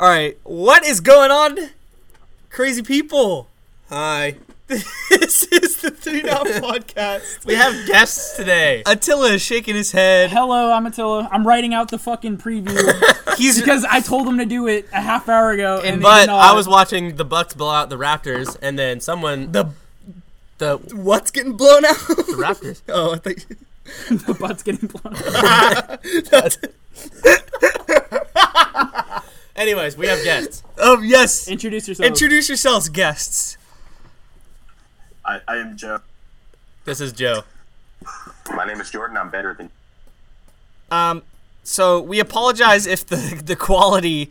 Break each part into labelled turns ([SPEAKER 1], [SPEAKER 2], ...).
[SPEAKER 1] All right, what is going on, crazy people?
[SPEAKER 2] Hi.
[SPEAKER 1] This is the Three Now Podcast.
[SPEAKER 2] We have guests today.
[SPEAKER 1] Attila is shaking his head.
[SPEAKER 3] Hello, I'm Attila. I'm writing out the fucking preview
[SPEAKER 1] He's
[SPEAKER 3] because I told them to do it a half hour ago. And, they did
[SPEAKER 2] But
[SPEAKER 3] not.
[SPEAKER 2] I was watching the Bucks blow out the Raptors, and then someone the
[SPEAKER 1] the
[SPEAKER 2] the
[SPEAKER 1] what's getting blown out?
[SPEAKER 2] Raptors.
[SPEAKER 1] oh, I think
[SPEAKER 3] the butt's getting blown. up.
[SPEAKER 2] Anyways, we have guests.
[SPEAKER 1] um yes.
[SPEAKER 3] Introduce yourself.
[SPEAKER 1] Introduce yourselves, guests.
[SPEAKER 4] I, I am Joe.
[SPEAKER 2] This is Joe.
[SPEAKER 4] My name is Jordan. I'm better than.
[SPEAKER 1] Um, so we apologize if the the quality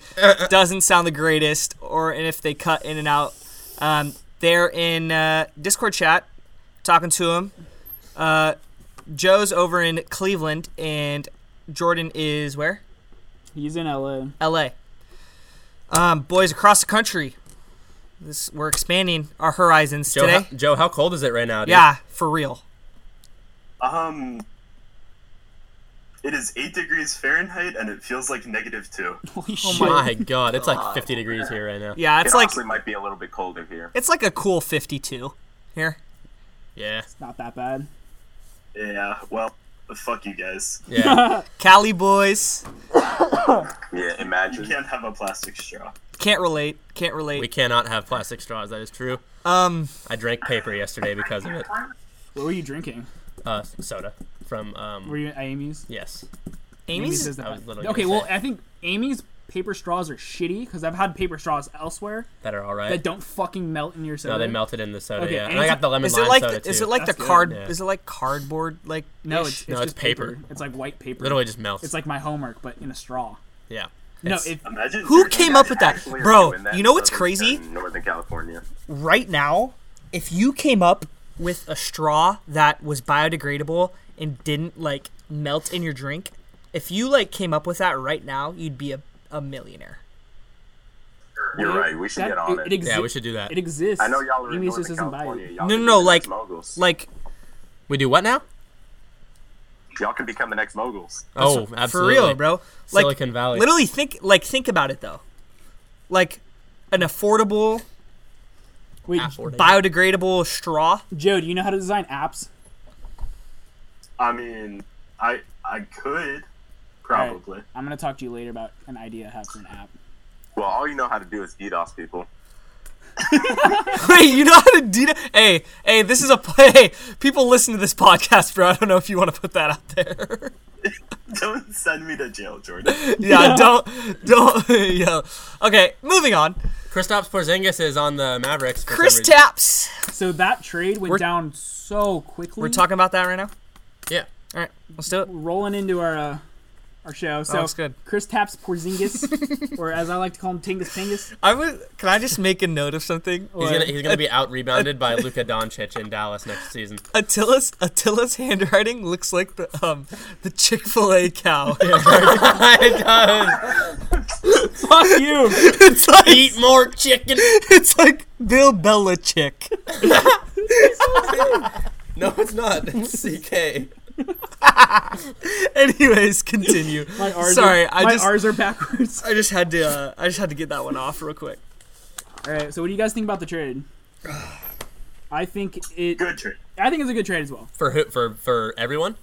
[SPEAKER 1] doesn't sound the greatest, or and if they cut in and out. Um, they're in uh, Discord chat, talking to him. Uh, Joe's over in Cleveland, and Jordan is where?
[SPEAKER 3] He's in LA.
[SPEAKER 2] Oh
[SPEAKER 1] LA. Um, boys across the country, this we're expanding our horizons
[SPEAKER 2] Joe,
[SPEAKER 1] today.
[SPEAKER 2] how, Joe, how cold is it right now? Dude?
[SPEAKER 1] yeah, for real.
[SPEAKER 4] Um, it is eight degrees Fahrenheit, and it feels like negative two.
[SPEAKER 3] Holy shit!
[SPEAKER 2] My God, it's like 50 degrees here right now.
[SPEAKER 1] Yeah, it's
[SPEAKER 4] it
[SPEAKER 1] like
[SPEAKER 4] honestly might be a little bit colder here.
[SPEAKER 1] it's like a cool fifty-two here.
[SPEAKER 2] Yeah.
[SPEAKER 3] Not that bad.
[SPEAKER 4] Yeah. Well, fuck you guys.
[SPEAKER 2] Yeah.
[SPEAKER 1] Cali boys
[SPEAKER 4] Yeah. Imagine. You can't have a plastic straw.
[SPEAKER 1] can't relate. Can't relate.
[SPEAKER 2] we cannot have plastic straws. That is true.
[SPEAKER 1] Um,
[SPEAKER 2] I drank paper yesterday because of it.
[SPEAKER 3] What were you drinking?
[SPEAKER 2] Uh, soda from
[SPEAKER 3] Were
[SPEAKER 2] um.
[SPEAKER 3] you at Amy's?
[SPEAKER 2] Yes.
[SPEAKER 1] Amy's.
[SPEAKER 3] is
[SPEAKER 2] I was literally
[SPEAKER 3] Okay,
[SPEAKER 2] gonna
[SPEAKER 3] well, I think Amy's paper straws are shitty because I've had paper straws elsewhere
[SPEAKER 2] That are all right.
[SPEAKER 3] that don't fucking melt in your soda.
[SPEAKER 2] No, they melted in the soda.
[SPEAKER 3] Okay,
[SPEAKER 2] yeah. And
[SPEAKER 3] and
[SPEAKER 2] I
[SPEAKER 3] it's-
[SPEAKER 2] got the lemon
[SPEAKER 1] Is
[SPEAKER 2] lime
[SPEAKER 1] it like
[SPEAKER 2] soda
[SPEAKER 1] the, is
[SPEAKER 2] too.
[SPEAKER 1] it like the
[SPEAKER 3] That's good.
[SPEAKER 1] card?
[SPEAKER 2] Yeah.
[SPEAKER 1] Is it like cardboard? Like
[SPEAKER 3] No, it's, it's
[SPEAKER 2] No, it's
[SPEAKER 3] just paper.
[SPEAKER 2] paper.
[SPEAKER 3] It's like white paper.
[SPEAKER 2] literally just melts?
[SPEAKER 3] it's like my homework, but in a straw.
[SPEAKER 2] yeah. It's-
[SPEAKER 3] no, it,
[SPEAKER 4] Imagine.
[SPEAKER 1] Who
[SPEAKER 4] Jordan
[SPEAKER 1] came up with that?
[SPEAKER 4] actually are
[SPEAKER 1] Bro,
[SPEAKER 4] doing that
[SPEAKER 1] you know what's
[SPEAKER 4] in
[SPEAKER 1] crazy?
[SPEAKER 4] Northern California.
[SPEAKER 1] right now, if you came up with a straw that was biodegradable and didn't like melt in your drink, if you like came up with that right now, you'd be a, a millionaire.
[SPEAKER 4] You're right. We should
[SPEAKER 3] that-
[SPEAKER 4] get on it.
[SPEAKER 3] it. exi-
[SPEAKER 2] Yeah, we should do that.
[SPEAKER 3] It exists.
[SPEAKER 4] I know y'all are in
[SPEAKER 3] Amy's just
[SPEAKER 4] Northern
[SPEAKER 3] isn't buying
[SPEAKER 4] California.
[SPEAKER 3] it.
[SPEAKER 4] Y'all
[SPEAKER 1] No,
[SPEAKER 4] can
[SPEAKER 1] no, no,
[SPEAKER 4] be the
[SPEAKER 1] like-
[SPEAKER 4] next moguls.
[SPEAKER 1] Like
[SPEAKER 2] We do what now?
[SPEAKER 4] y'all can become the next moguls.
[SPEAKER 2] Oh,
[SPEAKER 1] for-
[SPEAKER 2] absolutely.
[SPEAKER 1] for real, bro. Like
[SPEAKER 2] Silicon Valley.
[SPEAKER 1] literally think like think about it though. Like an affordable
[SPEAKER 3] Wait,
[SPEAKER 1] biodegradable straw.
[SPEAKER 3] Joe, do you know how to design apps?
[SPEAKER 4] I mean, I I could probably.
[SPEAKER 3] Alright, I'm gonna talk to you later about an idea I have for an app.
[SPEAKER 4] Well, all you know how to do is DDoS people.
[SPEAKER 1] Wait, you know how to do that? Hey, hey, this is a hey. People listen to this podcast, bro. I don't know if you want to put that out there.
[SPEAKER 4] Don't send me to jail, Jordan.
[SPEAKER 1] yeah, don't, don't. yeah. Okay, moving on.
[SPEAKER 2] Kristaps Porzingis is on the Mavericks. For
[SPEAKER 1] Chris
[SPEAKER 2] some reason.
[SPEAKER 1] Taps.
[SPEAKER 3] So that trade went
[SPEAKER 1] We're-
[SPEAKER 3] down so quickly.
[SPEAKER 1] We're talking about that right now.
[SPEAKER 2] Yeah.
[SPEAKER 1] All right, let's do it.
[SPEAKER 3] rolling into our uh, our show. So
[SPEAKER 1] that's good.
[SPEAKER 3] Chris taps Porzingis, or as I like to call him, Tingus Tingus.
[SPEAKER 1] I would. Can I just make a note of something?
[SPEAKER 2] He's gonna, he's gonna be out rebounded by Luka Doncic in Dallas next season.
[SPEAKER 1] Attila's Attila's handwriting looks like the um the Chick Fil A cow.
[SPEAKER 2] it does.
[SPEAKER 3] Fuck you.
[SPEAKER 1] it's like
[SPEAKER 2] Eat more chicken.
[SPEAKER 1] it's like Bill Belichick.
[SPEAKER 2] No, it's not. It's CK.
[SPEAKER 1] Anyways, continue.
[SPEAKER 3] My R's
[SPEAKER 1] Sorry,
[SPEAKER 3] are,
[SPEAKER 1] I
[SPEAKER 3] my
[SPEAKER 1] just-
[SPEAKER 3] R's are backwards.
[SPEAKER 1] I just had to uh, I just had to get that one off real quick.
[SPEAKER 3] All right. So what do you guys think about the trade? I think it.
[SPEAKER 4] Good trick.
[SPEAKER 3] I think it's a good trade as well.
[SPEAKER 2] For who? For for everyone?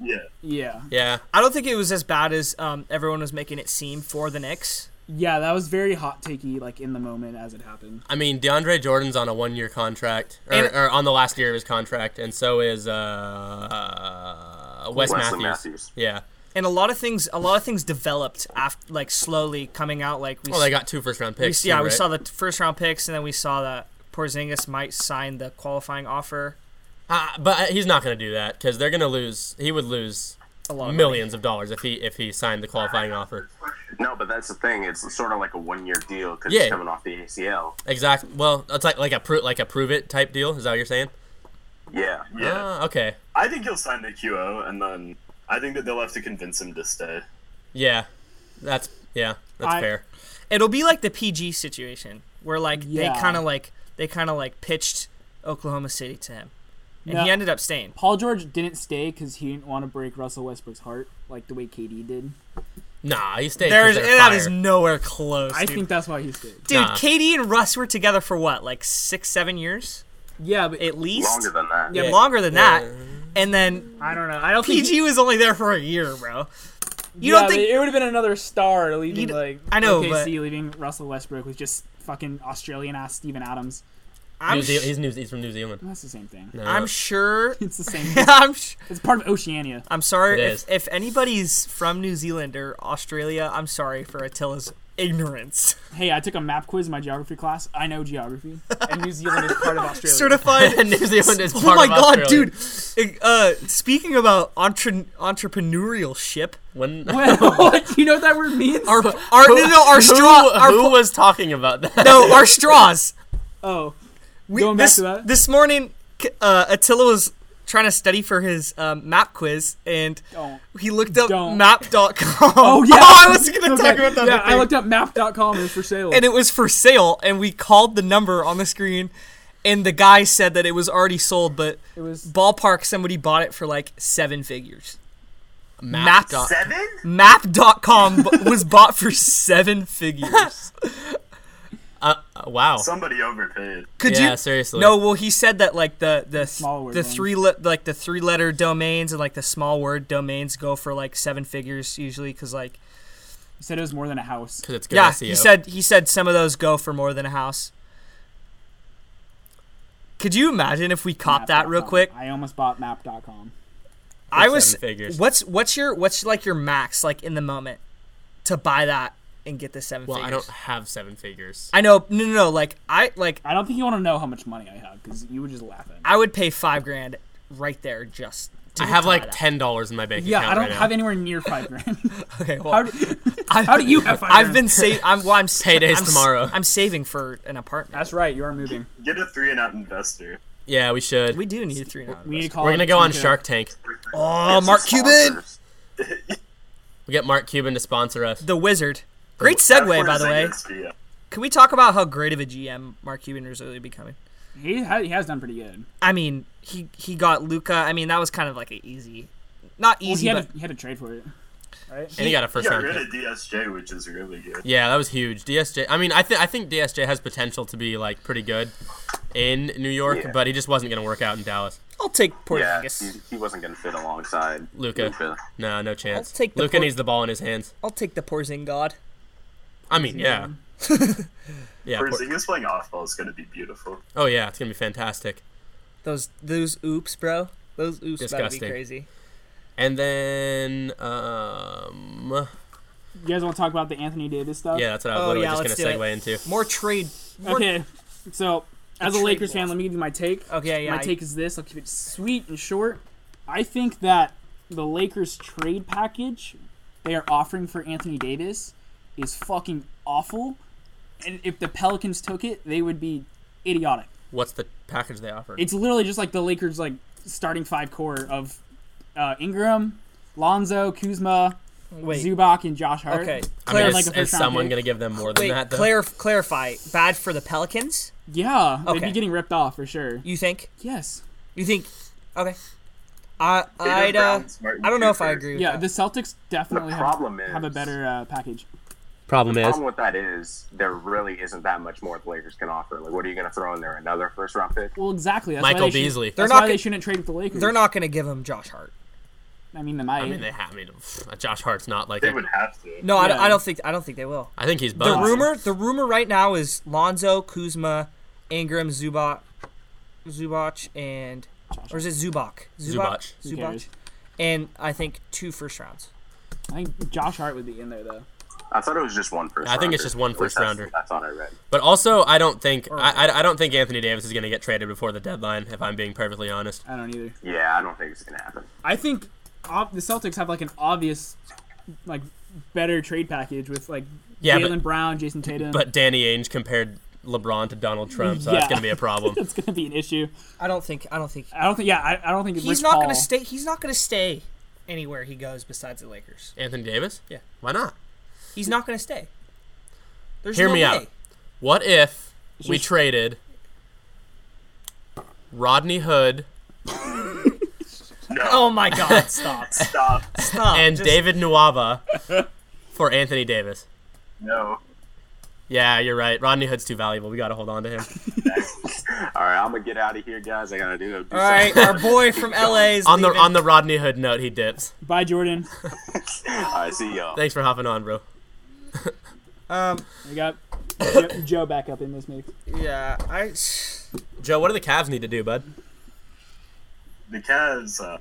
[SPEAKER 4] Yeah.
[SPEAKER 3] Yeah.
[SPEAKER 2] Yeah.
[SPEAKER 1] I don't think it was as bad as um, everyone was making it seem for the Knicks.
[SPEAKER 3] Yeah. That was very hot takey, like in the moment as it happened.
[SPEAKER 2] I mean, DeAndre Jordan's on a one-year contract, or,
[SPEAKER 1] And-
[SPEAKER 2] or on the last year of his contract, and so is uh, uh Wes
[SPEAKER 4] Wesley
[SPEAKER 2] Matthews.
[SPEAKER 4] Matthews.
[SPEAKER 2] Yeah.
[SPEAKER 1] And a lot of things, a lot of things developed after, like slowly coming out. Like we,
[SPEAKER 2] Well, they got two first-round
[SPEAKER 1] we
[SPEAKER 2] picks.
[SPEAKER 1] yeah,
[SPEAKER 2] too,
[SPEAKER 1] we
[SPEAKER 2] right?
[SPEAKER 1] saw the first round picks, and then we saw that Porzingis might sign the qualifying offer.
[SPEAKER 2] Uh, but he's not gonna do that because they're gonna lose. He would lose
[SPEAKER 1] A lot of
[SPEAKER 2] millions of dollars if he if he signed the qualifying offer.
[SPEAKER 4] No, but that's the thing. It's sort of like a one-year deal because
[SPEAKER 2] Yeah.
[SPEAKER 4] he's coming off the ACL.
[SPEAKER 2] Exactly. Well, it's like like a pro- like a prove it type deal. Is that what you're saying?
[SPEAKER 4] Yeah. Yeah.
[SPEAKER 1] Uh.
[SPEAKER 2] Ah, okay.
[SPEAKER 4] I think he'll sign the QO, and then I think that they'll have to convince him to stay.
[SPEAKER 2] Yeah. That's yeah. That's
[SPEAKER 3] I-
[SPEAKER 2] fair.
[SPEAKER 1] It'll be like the PG situation where like they
[SPEAKER 3] Yeah.
[SPEAKER 1] kind of like they kind of like pitched Oklahoma City to him, and
[SPEAKER 3] No.
[SPEAKER 1] he ended up staying.
[SPEAKER 3] Paul George didn't stay because he didn't want to break Russell Westbrook's heart like the way KD did.
[SPEAKER 2] Nah, he stayed. 'cause
[SPEAKER 1] There's
[SPEAKER 2] they're
[SPEAKER 1] that is
[SPEAKER 2] fire.
[SPEAKER 1] nowhere close.
[SPEAKER 3] I
[SPEAKER 1] dude.
[SPEAKER 3] think that's why he stayed.
[SPEAKER 1] dude,
[SPEAKER 2] Nah.
[SPEAKER 1] Katie and Russ were together for what, like six, seven years
[SPEAKER 3] Yeah, but
[SPEAKER 1] at least.
[SPEAKER 4] Longer than that.
[SPEAKER 1] yeah,
[SPEAKER 2] Yeah.
[SPEAKER 1] longer than that.
[SPEAKER 2] Yeah.
[SPEAKER 1] And then
[SPEAKER 3] I don't know. I don't think
[SPEAKER 1] PG was only there for a year, bro. You don't think
[SPEAKER 3] it would have been another star leaving
[SPEAKER 1] d-
[SPEAKER 3] like
[SPEAKER 1] I know,
[SPEAKER 3] OKC
[SPEAKER 1] but-
[SPEAKER 3] leaving Russell Westbrook with just fucking Australian ass Steven Adams.
[SPEAKER 1] I'm,
[SPEAKER 2] New Zeal-
[SPEAKER 1] sh-
[SPEAKER 2] he's, New- he's from New Zealand.
[SPEAKER 3] That's the same thing.
[SPEAKER 2] No.
[SPEAKER 1] I'm sure.
[SPEAKER 3] It's the same. thing.
[SPEAKER 1] I'm sh-
[SPEAKER 3] It's part of Oceania.
[SPEAKER 1] I'm sorry
[SPEAKER 2] It
[SPEAKER 1] if,
[SPEAKER 2] is.
[SPEAKER 1] if anybody's from New Zealand or Australia. I'm sorry for Attila's ignorance.
[SPEAKER 3] Hey, I took a map quiz in my geography class. I know geography, and New Zealand is part of Australia.
[SPEAKER 1] Certified
[SPEAKER 2] New Zealand is
[SPEAKER 1] Oh
[SPEAKER 2] part
[SPEAKER 1] my
[SPEAKER 2] of
[SPEAKER 1] god,
[SPEAKER 2] Australia.
[SPEAKER 1] dude! It- Uh, speaking about entre- entrepreneurial ship,
[SPEAKER 2] When
[SPEAKER 3] Well, what? Do you know what that word means?
[SPEAKER 1] our our no, no our straw
[SPEAKER 2] who,
[SPEAKER 1] our
[SPEAKER 2] who
[SPEAKER 1] pl-
[SPEAKER 2] was talking about that?
[SPEAKER 1] no our straws.
[SPEAKER 3] oh,
[SPEAKER 1] We,
[SPEAKER 3] Going back
[SPEAKER 1] this
[SPEAKER 3] to that?
[SPEAKER 1] this morning, K- uh, Attila was trying to study for his um, map quiz and.
[SPEAKER 3] don't.
[SPEAKER 1] He looked up
[SPEAKER 3] Oh. Don't.
[SPEAKER 1] map.com.
[SPEAKER 3] Oh yeah.
[SPEAKER 1] I was gonna
[SPEAKER 3] Okay.
[SPEAKER 1] talk about that.
[SPEAKER 3] Yeah,
[SPEAKER 1] thing.
[SPEAKER 3] I looked up map.com. It was for sale.
[SPEAKER 1] and it was for sale and we called the number on the screen and the guy said that it was already sold but
[SPEAKER 3] it was
[SPEAKER 1] ballpark somebody bought it for like seven figures
[SPEAKER 2] Map.
[SPEAKER 1] Map.
[SPEAKER 4] Seven?
[SPEAKER 1] map.com b- was bought for seven figures
[SPEAKER 2] Uh, uh, wow.
[SPEAKER 4] Somebody overpaid.
[SPEAKER 1] could
[SPEAKER 2] yeah,
[SPEAKER 1] you
[SPEAKER 2] seriously.
[SPEAKER 1] no well he said that like the the
[SPEAKER 3] Small word
[SPEAKER 1] the
[SPEAKER 3] ones.
[SPEAKER 1] three le- like the three letter domains and like the small word domains go for like seven figures usually cuz like
[SPEAKER 3] he said it was more than a house.
[SPEAKER 2] because it's good E
[SPEAKER 1] yeah
[SPEAKER 2] SEO.
[SPEAKER 1] he said he said some of those go for more than a house could you imagine if we caught that real
[SPEAKER 3] Map.com.
[SPEAKER 1] quick
[SPEAKER 3] I almost bought map.com.
[SPEAKER 1] I
[SPEAKER 2] seven
[SPEAKER 1] was
[SPEAKER 2] figures.
[SPEAKER 1] what's what's your what's like your max like in the moment to buy that and get the seven
[SPEAKER 2] Well, I
[SPEAKER 1] figures?
[SPEAKER 2] don't have seven figures.
[SPEAKER 1] I know no no no like I like
[SPEAKER 3] I don't think you want to know how much money I have because you would just laugh at me.
[SPEAKER 1] I would pay five grand right there just. To
[SPEAKER 2] I have
[SPEAKER 1] buy
[SPEAKER 2] like
[SPEAKER 1] that.
[SPEAKER 2] ten dollars in my bank
[SPEAKER 3] Yeah,
[SPEAKER 2] account.
[SPEAKER 3] I don't
[SPEAKER 2] right
[SPEAKER 3] have
[SPEAKER 2] now.
[SPEAKER 3] anywhere near five grand.
[SPEAKER 1] Okay, well,
[SPEAKER 3] how, do, how do you have five
[SPEAKER 1] I've
[SPEAKER 3] grand?
[SPEAKER 1] been saving. I'm well, I'm s-
[SPEAKER 2] Payday's
[SPEAKER 1] I'm s-
[SPEAKER 2] tomorrow.
[SPEAKER 1] I'm saving for an apartment.
[SPEAKER 3] That's right. You are moving.
[SPEAKER 4] Get a three and out investor.
[SPEAKER 2] Yeah, we should.
[SPEAKER 1] We do need a three now.
[SPEAKER 3] We need to call.
[SPEAKER 2] We're gonna go on Shark
[SPEAKER 3] Shark.
[SPEAKER 2] Tank.
[SPEAKER 1] Oh,
[SPEAKER 4] Get
[SPEAKER 1] Mark
[SPEAKER 4] some
[SPEAKER 1] Cuban,
[SPEAKER 4] sponsors.
[SPEAKER 2] We get Mark Cuban to sponsor us.
[SPEAKER 1] the wizard. Great
[SPEAKER 4] That's
[SPEAKER 1] segue,
[SPEAKER 4] where
[SPEAKER 1] by the way.
[SPEAKER 4] Zynga's be at.
[SPEAKER 1] Can we talk about how great of a GM Mark Cuban is really becoming?
[SPEAKER 3] He, ha- he has done pretty good.
[SPEAKER 1] I mean, he he got Luca. I mean, that was kind of like an easy, not
[SPEAKER 3] Well,
[SPEAKER 1] easy,
[SPEAKER 3] he, had
[SPEAKER 1] but
[SPEAKER 3] to, he had to trade for it.
[SPEAKER 2] and he got a first
[SPEAKER 4] Got
[SPEAKER 2] round
[SPEAKER 4] rid
[SPEAKER 2] pick.
[SPEAKER 4] of DSJ, which is really good.
[SPEAKER 2] Yeah, that was huge. DSJ. I mean, I think I think DSJ has potential to be like pretty good in New York,
[SPEAKER 5] Yeah.
[SPEAKER 2] but he just wasn't gonna work out in Dallas.
[SPEAKER 1] I'll take
[SPEAKER 5] Yeah,
[SPEAKER 1] Porzingis.
[SPEAKER 5] he, he wasn't going to fit alongside
[SPEAKER 2] Luka.
[SPEAKER 5] Luka.
[SPEAKER 2] No, no chance.
[SPEAKER 1] I'll take the
[SPEAKER 2] Luca
[SPEAKER 1] por-
[SPEAKER 2] needs the ball in his hands.
[SPEAKER 1] I'll take the Porzingod.
[SPEAKER 2] I mean, yeah. yeah. por-
[SPEAKER 4] Porzingis playing off-ball is going to be beautiful.
[SPEAKER 2] oh yeah, it's gonna be fantastic.
[SPEAKER 1] Those those oops, bro. Those oops about to be
[SPEAKER 2] Disgusting.
[SPEAKER 1] crazy.
[SPEAKER 2] And then, um,
[SPEAKER 3] You guys want to talk about the Anthony Davis stuff?
[SPEAKER 2] yeah, that's what I was
[SPEAKER 1] Oh,
[SPEAKER 2] literally
[SPEAKER 1] yeah,
[SPEAKER 2] just
[SPEAKER 1] let's
[SPEAKER 2] gonna
[SPEAKER 1] do
[SPEAKER 2] segue
[SPEAKER 1] it.
[SPEAKER 2] into.
[SPEAKER 1] More trade. More,
[SPEAKER 3] Okay. So, as a
[SPEAKER 1] trade
[SPEAKER 3] Lakers
[SPEAKER 1] war.
[SPEAKER 3] fan, let me give you my take.
[SPEAKER 1] Okay, yeah.
[SPEAKER 3] my
[SPEAKER 1] I-
[SPEAKER 3] take is this. I'll keep it sweet and short. I think that the Lakers trade package they are offering for Anthony Davis is fucking awful. And if the Pelicans took it, they would be idiotic.
[SPEAKER 2] What's the package they offer?
[SPEAKER 3] It's literally just like the Lakers like starting five core of uh, Ingram, Lonzo, Kuzma,
[SPEAKER 1] wait.
[SPEAKER 3] Zubac, and Josh Hart.
[SPEAKER 1] Okay.
[SPEAKER 2] I mean,
[SPEAKER 1] Clar-
[SPEAKER 2] is,
[SPEAKER 3] like a
[SPEAKER 2] is
[SPEAKER 3] first round
[SPEAKER 2] someone
[SPEAKER 3] pick.
[SPEAKER 2] gonna give them more than
[SPEAKER 1] wait.
[SPEAKER 2] that? Though?
[SPEAKER 1] clar- clarify. Bad for the Pelicans.
[SPEAKER 3] Yeah, they'd
[SPEAKER 1] Okay.
[SPEAKER 3] be getting ripped off for sure.
[SPEAKER 1] You think?
[SPEAKER 3] Yes.
[SPEAKER 1] You think? Okay. I I'd, uh, I don't know if I agree. With
[SPEAKER 3] Yeah,
[SPEAKER 1] that.
[SPEAKER 3] the Celtics definitely
[SPEAKER 5] The
[SPEAKER 3] have,
[SPEAKER 5] problem is-
[SPEAKER 3] have a better uh, package.
[SPEAKER 2] Problem is,
[SPEAKER 5] problem with that is there really isn't that much more the Lakers can offer. Like, what are you going to throw in there? Another first round pick?
[SPEAKER 3] Well, exactly. That's
[SPEAKER 2] Michael
[SPEAKER 3] why they should-
[SPEAKER 2] Beasley.
[SPEAKER 1] They're
[SPEAKER 3] that's
[SPEAKER 1] not
[SPEAKER 3] why
[SPEAKER 1] gonna-
[SPEAKER 3] they shouldn't trade with the Lakers.
[SPEAKER 1] they're not gonna give him Josh Hart.
[SPEAKER 3] I mean, they might.
[SPEAKER 2] I mean, they have. I mean, pff, Josh Hart's not like.
[SPEAKER 4] They
[SPEAKER 2] A,
[SPEAKER 4] would have to.
[SPEAKER 1] No, I, don't,
[SPEAKER 3] Yeah.
[SPEAKER 1] I don't think I don't think they will.
[SPEAKER 2] I think he's
[SPEAKER 1] The
[SPEAKER 2] buns.
[SPEAKER 1] rumor the rumor right now is Lonzo, Kuzma, Ingram, Zubac, Zubac, and or is it Zubac?
[SPEAKER 2] Zubac.
[SPEAKER 3] Who
[SPEAKER 1] Zubac.
[SPEAKER 3] cares?
[SPEAKER 1] and I think two first rounds.
[SPEAKER 3] I think Josh Hart would be in there though.
[SPEAKER 5] I thought it was just one first
[SPEAKER 2] I think it's
[SPEAKER 5] rounder.
[SPEAKER 2] just one
[SPEAKER 5] At least
[SPEAKER 2] first
[SPEAKER 5] that's-
[SPEAKER 2] rounder.
[SPEAKER 5] That's what I read.
[SPEAKER 2] But also, I don't think I, I, I don't think Anthony Davis is going to get traded before the deadline. If I'm being perfectly honest,
[SPEAKER 3] I don't either.
[SPEAKER 5] Yeah, I don't think it's going to happen.
[SPEAKER 3] I think ob- the Celtics have like an obvious, like, better trade package with like
[SPEAKER 2] Yeah,
[SPEAKER 3] Jalen
[SPEAKER 2] but-
[SPEAKER 3] Brown, Jason Tatum.
[SPEAKER 2] but Danny Ainge compared LeBron to Donald Trump, so that's
[SPEAKER 3] Yeah.
[SPEAKER 2] going to be a problem.
[SPEAKER 3] that's gonna be an issue.
[SPEAKER 1] I don't think I don't think
[SPEAKER 3] I don't think. Yeah, I, I don't think
[SPEAKER 1] he's
[SPEAKER 3] Uh, Rich
[SPEAKER 1] not
[SPEAKER 3] Paul-
[SPEAKER 1] gonna stay. He's not gonna stay anywhere he goes besides the Lakers.
[SPEAKER 2] Anthony Davis?
[SPEAKER 1] Yeah.
[SPEAKER 2] Why not?
[SPEAKER 1] He's not gonna stay. There's
[SPEAKER 2] Hear
[SPEAKER 1] no
[SPEAKER 2] me
[SPEAKER 1] way.
[SPEAKER 2] out. What if we
[SPEAKER 3] just-
[SPEAKER 2] traded Rodney Hood
[SPEAKER 4] No,
[SPEAKER 1] Oh my God! Stop!
[SPEAKER 4] stop.
[SPEAKER 1] Stop!
[SPEAKER 2] and
[SPEAKER 1] Just-
[SPEAKER 2] David Nuava for Anthony Davis.
[SPEAKER 4] No.
[SPEAKER 2] Yeah, you're right. Rodney Hood's too valuable. We got to hold on to him.
[SPEAKER 5] All right, I'm gonna get out of here, guys. I gotta do. do
[SPEAKER 1] All right, our boy from LA is
[SPEAKER 2] on the
[SPEAKER 1] leaving.
[SPEAKER 2] on the Rodney Hood note, he dips.
[SPEAKER 3] Bye, Jordan.
[SPEAKER 5] something. All right, see y'all.
[SPEAKER 2] Thanks for hopping on, bro.
[SPEAKER 1] um
[SPEAKER 3] We got Jo- Joe back up in this mix.
[SPEAKER 1] yeah I
[SPEAKER 2] Joe, what do the Cavs need to do, bud?
[SPEAKER 4] The Cavs, uh,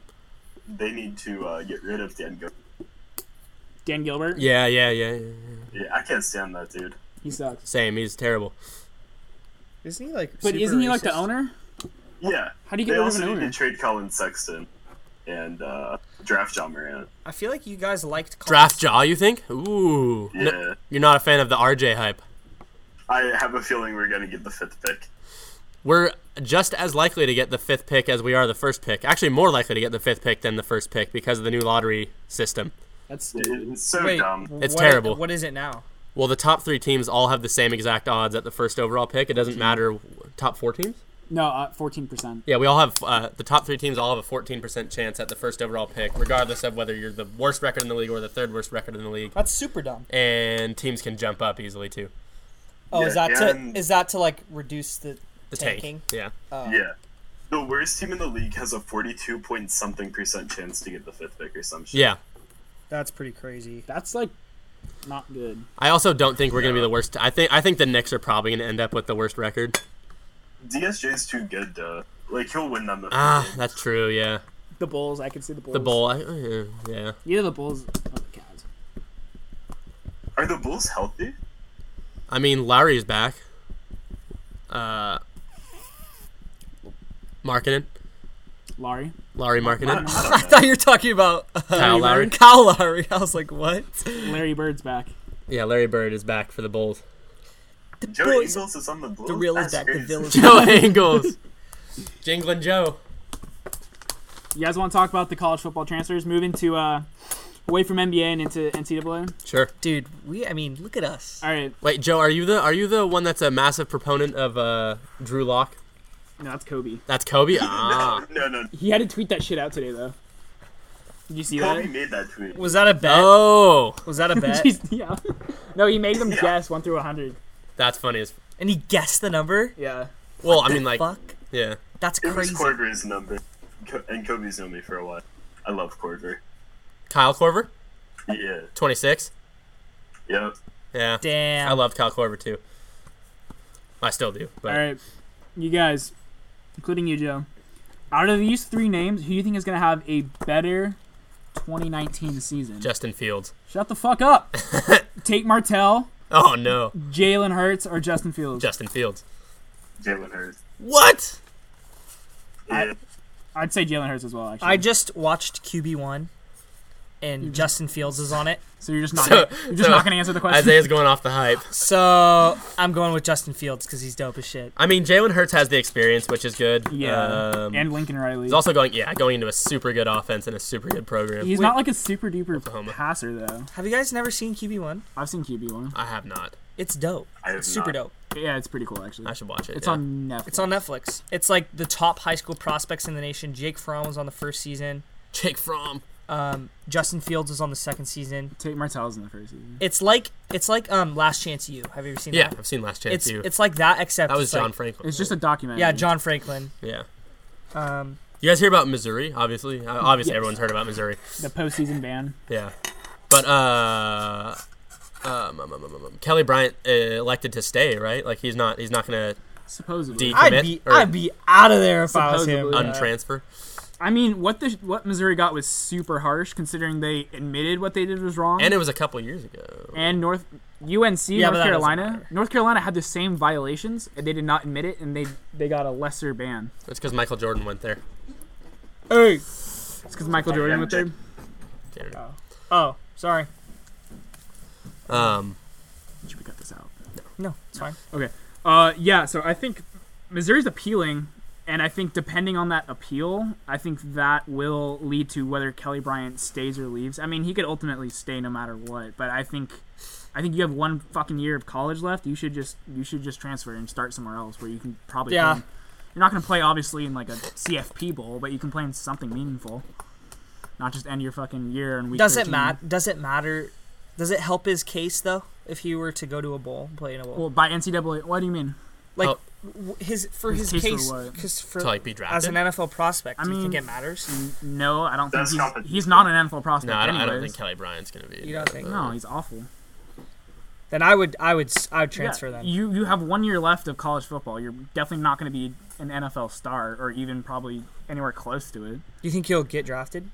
[SPEAKER 4] they need to uh, get rid of Dan Gilbert.
[SPEAKER 3] Dan Gilbert.
[SPEAKER 2] Yeah, yeah, yeah. yeah.
[SPEAKER 4] Yeah, I can't stand that dude.
[SPEAKER 3] He sucks.
[SPEAKER 2] Same. He's terrible.
[SPEAKER 1] isn't he like
[SPEAKER 3] But
[SPEAKER 1] super
[SPEAKER 3] isn't he like the
[SPEAKER 1] racist?
[SPEAKER 3] owner?
[SPEAKER 4] Yeah.
[SPEAKER 3] How do you get
[SPEAKER 4] They
[SPEAKER 3] rid of an
[SPEAKER 4] also need
[SPEAKER 3] owner?
[SPEAKER 4] to trade Colin Sexton and uh, draft John Morant.
[SPEAKER 1] I feel like you guys liked Colin-
[SPEAKER 2] Draft Jaw, you think? Ooh.
[SPEAKER 4] Yeah.
[SPEAKER 2] No- you're not a fan of the RJ hype.
[SPEAKER 4] I have a feeling we're going to get the fifth pick.
[SPEAKER 2] We're just as likely to get the fifth pick as we are the first pick. Actually, more likely to get the fifth pick than the first pick because of the new lottery system.
[SPEAKER 3] That's stupid.
[SPEAKER 4] It's so
[SPEAKER 1] Wait,
[SPEAKER 4] dumb.
[SPEAKER 2] It's
[SPEAKER 1] what-
[SPEAKER 2] terrible.
[SPEAKER 1] What is it now?
[SPEAKER 2] Well, the top three teams all have the same exact odds at the first overall pick. It doesn't matter. Top four teams?
[SPEAKER 3] No, uh, fourteen percent.
[SPEAKER 2] Yeah, we all have uh, the top three teams all have a 14% chance at the first overall pick, regardless of whether you're the worst record in the league or the third worst record in the league.
[SPEAKER 1] That's super dumb.
[SPEAKER 2] And teams can jump up easily too.
[SPEAKER 1] Oh, is
[SPEAKER 4] Yeah,
[SPEAKER 1] that to
[SPEAKER 4] and-
[SPEAKER 1] is that to like reduce the
[SPEAKER 2] The
[SPEAKER 1] tanking?
[SPEAKER 2] tank. Yeah.
[SPEAKER 4] Yeah. The worst team in the league has a 42 point something percent chance to get the fifth pick or some shit.
[SPEAKER 2] Yeah.
[SPEAKER 1] That's pretty crazy.
[SPEAKER 3] That's like not good.
[SPEAKER 2] I also don't think we're gonna be the worst. I think I think the Knicks are probably gonna end up with the worst record.
[SPEAKER 4] DSJ's too good to. Like, he'll win them the
[SPEAKER 2] Ah, that's true. Yeah,
[SPEAKER 3] The Bulls. I can see the Bulls.
[SPEAKER 2] the bowl. I, uh, yeah,
[SPEAKER 3] Either the Bulls or the Cavs.
[SPEAKER 4] Are the Bulls healthy?
[SPEAKER 2] I mean Lowry's back. Uh, marketing.
[SPEAKER 3] Laurie.
[SPEAKER 2] Lowry marketing.
[SPEAKER 1] I thought you were talking about
[SPEAKER 2] Kyle Lowry.
[SPEAKER 1] Kyle Lowry. I was like, what?
[SPEAKER 3] Larry Bird's back.
[SPEAKER 2] Yeah, Larry Bird is back for the Bulls.
[SPEAKER 1] The
[SPEAKER 4] Joe
[SPEAKER 1] boys,
[SPEAKER 4] Ingles is on the Bulls.
[SPEAKER 1] the real is
[SPEAKER 4] That's
[SPEAKER 1] back. The
[SPEAKER 4] crazy.
[SPEAKER 1] villain.
[SPEAKER 2] Joe Ingles. Jingling Joe.
[SPEAKER 3] You guys want to talk about the college football transfers? Move into uh, away from NBA and into NCAA.
[SPEAKER 2] Sure.
[SPEAKER 1] Dude, we. I mean, look at us.
[SPEAKER 3] All right.
[SPEAKER 2] Wait, Joe, are you the are you the one that's a massive proponent of uh, Drew Lock?
[SPEAKER 3] No, that's Kobe.
[SPEAKER 2] That's Kobe. Ah.
[SPEAKER 4] No, no.
[SPEAKER 3] He had to tweet that shit out today though. Did you see
[SPEAKER 4] Kobe
[SPEAKER 3] that?
[SPEAKER 4] made that tweet.
[SPEAKER 1] Was that a bet?
[SPEAKER 2] Oh,
[SPEAKER 1] Was that a bet?
[SPEAKER 3] Jeez, yeah. No, he made them guess one through hundred.
[SPEAKER 2] that's funny. As,
[SPEAKER 1] and he guessed the number.
[SPEAKER 3] Yeah.
[SPEAKER 2] well, I mean, like,
[SPEAKER 1] Fuck.
[SPEAKER 2] yeah.
[SPEAKER 1] That's
[SPEAKER 4] It was
[SPEAKER 1] crazy.
[SPEAKER 4] Cordry's number. Co- And Kobe's known me for a while. I love Cordry.
[SPEAKER 2] Kyle Corver,
[SPEAKER 4] Yeah.
[SPEAKER 2] twenty six.
[SPEAKER 4] Yep.
[SPEAKER 2] Yeah.
[SPEAKER 1] Damn.
[SPEAKER 2] I love Kyle Korver too. I still do. But
[SPEAKER 3] All right, you guys, including you, Joe. Out of these three names, who do you think is gonna have a better 2019 season?
[SPEAKER 2] Justin Fields.
[SPEAKER 3] Shut the fuck up. Tate Martell,
[SPEAKER 2] Oh no,
[SPEAKER 3] Jalen Hurts, or Justin Fields.
[SPEAKER 2] Justin Fields.
[SPEAKER 4] Jalen Hurts.
[SPEAKER 2] What?
[SPEAKER 4] Yeah.
[SPEAKER 3] I'd say Jalen Hurts as well. Actually,
[SPEAKER 1] I just watched QB one,
[SPEAKER 2] Mm-hmm.
[SPEAKER 1] and Justin Fields is on it.
[SPEAKER 3] so you're just not
[SPEAKER 2] So-
[SPEAKER 3] gonna, you're just
[SPEAKER 2] so
[SPEAKER 3] not gonna answer the question.
[SPEAKER 2] Isaiah's going off the hype.
[SPEAKER 1] So I'm going with Justin Fields because he's dope as shit.
[SPEAKER 2] I mean, Jalen Hurts has the experience, which is good.
[SPEAKER 3] yeah,
[SPEAKER 2] Um,
[SPEAKER 3] and Lincoln Riley.
[SPEAKER 2] he's also going, yeah, going into a super good offense and a super good program.
[SPEAKER 3] He's not like a super duper
[SPEAKER 2] Oklahoma.
[SPEAKER 3] passer though.
[SPEAKER 1] Have you guys never seen QB one?
[SPEAKER 3] I've seen QB one.
[SPEAKER 2] I have not.
[SPEAKER 1] It's dope.
[SPEAKER 4] I have
[SPEAKER 1] It's super
[SPEAKER 4] not.
[SPEAKER 1] dope.
[SPEAKER 3] Yeah, it's pretty cool actually.
[SPEAKER 2] I should watch it.
[SPEAKER 3] It's
[SPEAKER 2] yeah.
[SPEAKER 3] on Netflix.
[SPEAKER 1] It's on Netflix. It's like the top high school prospects in the nation. Jake Fromm was on the first season.
[SPEAKER 2] Jake Fromm.
[SPEAKER 1] Um, Justin Fields was on the second season.
[SPEAKER 3] Tate Martell's in the first season.
[SPEAKER 1] It's like it's like um Last Chance You. Have you ever seen
[SPEAKER 2] Yeah,
[SPEAKER 1] that?
[SPEAKER 2] I've seen Last Chance
[SPEAKER 1] It's
[SPEAKER 2] You.
[SPEAKER 1] it's like that except
[SPEAKER 2] that was
[SPEAKER 1] it's
[SPEAKER 2] John
[SPEAKER 1] like-
[SPEAKER 2] Franklin.
[SPEAKER 3] It's just a documentary.
[SPEAKER 1] Yeah, John Franklin.
[SPEAKER 2] Yeah.
[SPEAKER 1] Um,
[SPEAKER 2] You guys hear about Missouri? Obviously, Uh, obviously
[SPEAKER 3] Yes.
[SPEAKER 2] everyone's heard about Missouri.
[SPEAKER 3] The postseason ban.
[SPEAKER 2] Yeah, but uh, um, um, um, um, um, Kelly Bryant uh, elected to stay, right? Like he's not he's not gonna
[SPEAKER 3] Supposedly.
[SPEAKER 2] Deep.
[SPEAKER 1] I'd
[SPEAKER 2] Commit
[SPEAKER 1] be
[SPEAKER 2] or-
[SPEAKER 1] I'd be out of there if I was him.
[SPEAKER 3] Supposedly. Yeah.
[SPEAKER 2] untransfer.
[SPEAKER 3] I mean, what the what Missouri got was super harsh, considering they admitted what they did was wrong.
[SPEAKER 2] And it was a couple years ago.
[SPEAKER 3] And North
[SPEAKER 1] but
[SPEAKER 3] UNC, North
[SPEAKER 1] that doesn't
[SPEAKER 3] Carolina,
[SPEAKER 1] matter.
[SPEAKER 3] North Carolina had the same violations, and they did not admit it, and they they got a lesser ban.
[SPEAKER 2] It's because Michael Jordan went there.
[SPEAKER 1] Hey.
[SPEAKER 3] It's because Michael Jordan went there.
[SPEAKER 2] Yeah.
[SPEAKER 1] Oh, sorry.
[SPEAKER 2] Um,
[SPEAKER 3] Should we cut this out?
[SPEAKER 1] No, it's fine.
[SPEAKER 3] Okay. Uh, yeah. So I think Missouri's appealing, and I think depending on that appeal, I think that will lead to whether Kelly Bryant stays or leaves. I mean, he could ultimately stay no matter what, but I think, I think you have one fucking year of college left. You should just you should just transfer and start somewhere else where you can probably.
[SPEAKER 1] Yeah.
[SPEAKER 3] play. You're not gonna play obviously in like a CFP bowl, but you can play in something meaningful. Not just end your fucking year and week.
[SPEAKER 1] Does it
[SPEAKER 3] 13.
[SPEAKER 1] matter? Does it matter Does it help his case though if he were to go to a bowl, and play in a bowl?
[SPEAKER 3] Well, by NCAA, what do you mean?
[SPEAKER 1] like
[SPEAKER 2] Oh.
[SPEAKER 1] w his for his,
[SPEAKER 3] His case for
[SPEAKER 1] case,
[SPEAKER 3] what?
[SPEAKER 1] because for
[SPEAKER 2] To, like, be
[SPEAKER 1] as an
[SPEAKER 2] drafted?
[SPEAKER 1] NFL prospect,
[SPEAKER 3] I
[SPEAKER 1] do you think
[SPEAKER 3] mean-
[SPEAKER 1] it matters?
[SPEAKER 3] N- No, I don't think
[SPEAKER 4] That's
[SPEAKER 3] he's,
[SPEAKER 4] competition.
[SPEAKER 3] he's not an NFL prospect.
[SPEAKER 2] No, I don't, I don't
[SPEAKER 3] anyways.
[SPEAKER 2] think Kelly Bryant's gonna be.
[SPEAKER 1] You don't think?
[SPEAKER 3] No, he's awful.
[SPEAKER 1] Then I would I would s- I would transfer
[SPEAKER 3] Yeah,
[SPEAKER 1] them.
[SPEAKER 3] You you have one year left of college football. You're definitely not going to be an NFL star or even probably anywhere close to it.
[SPEAKER 1] Do you think he'll get drafted?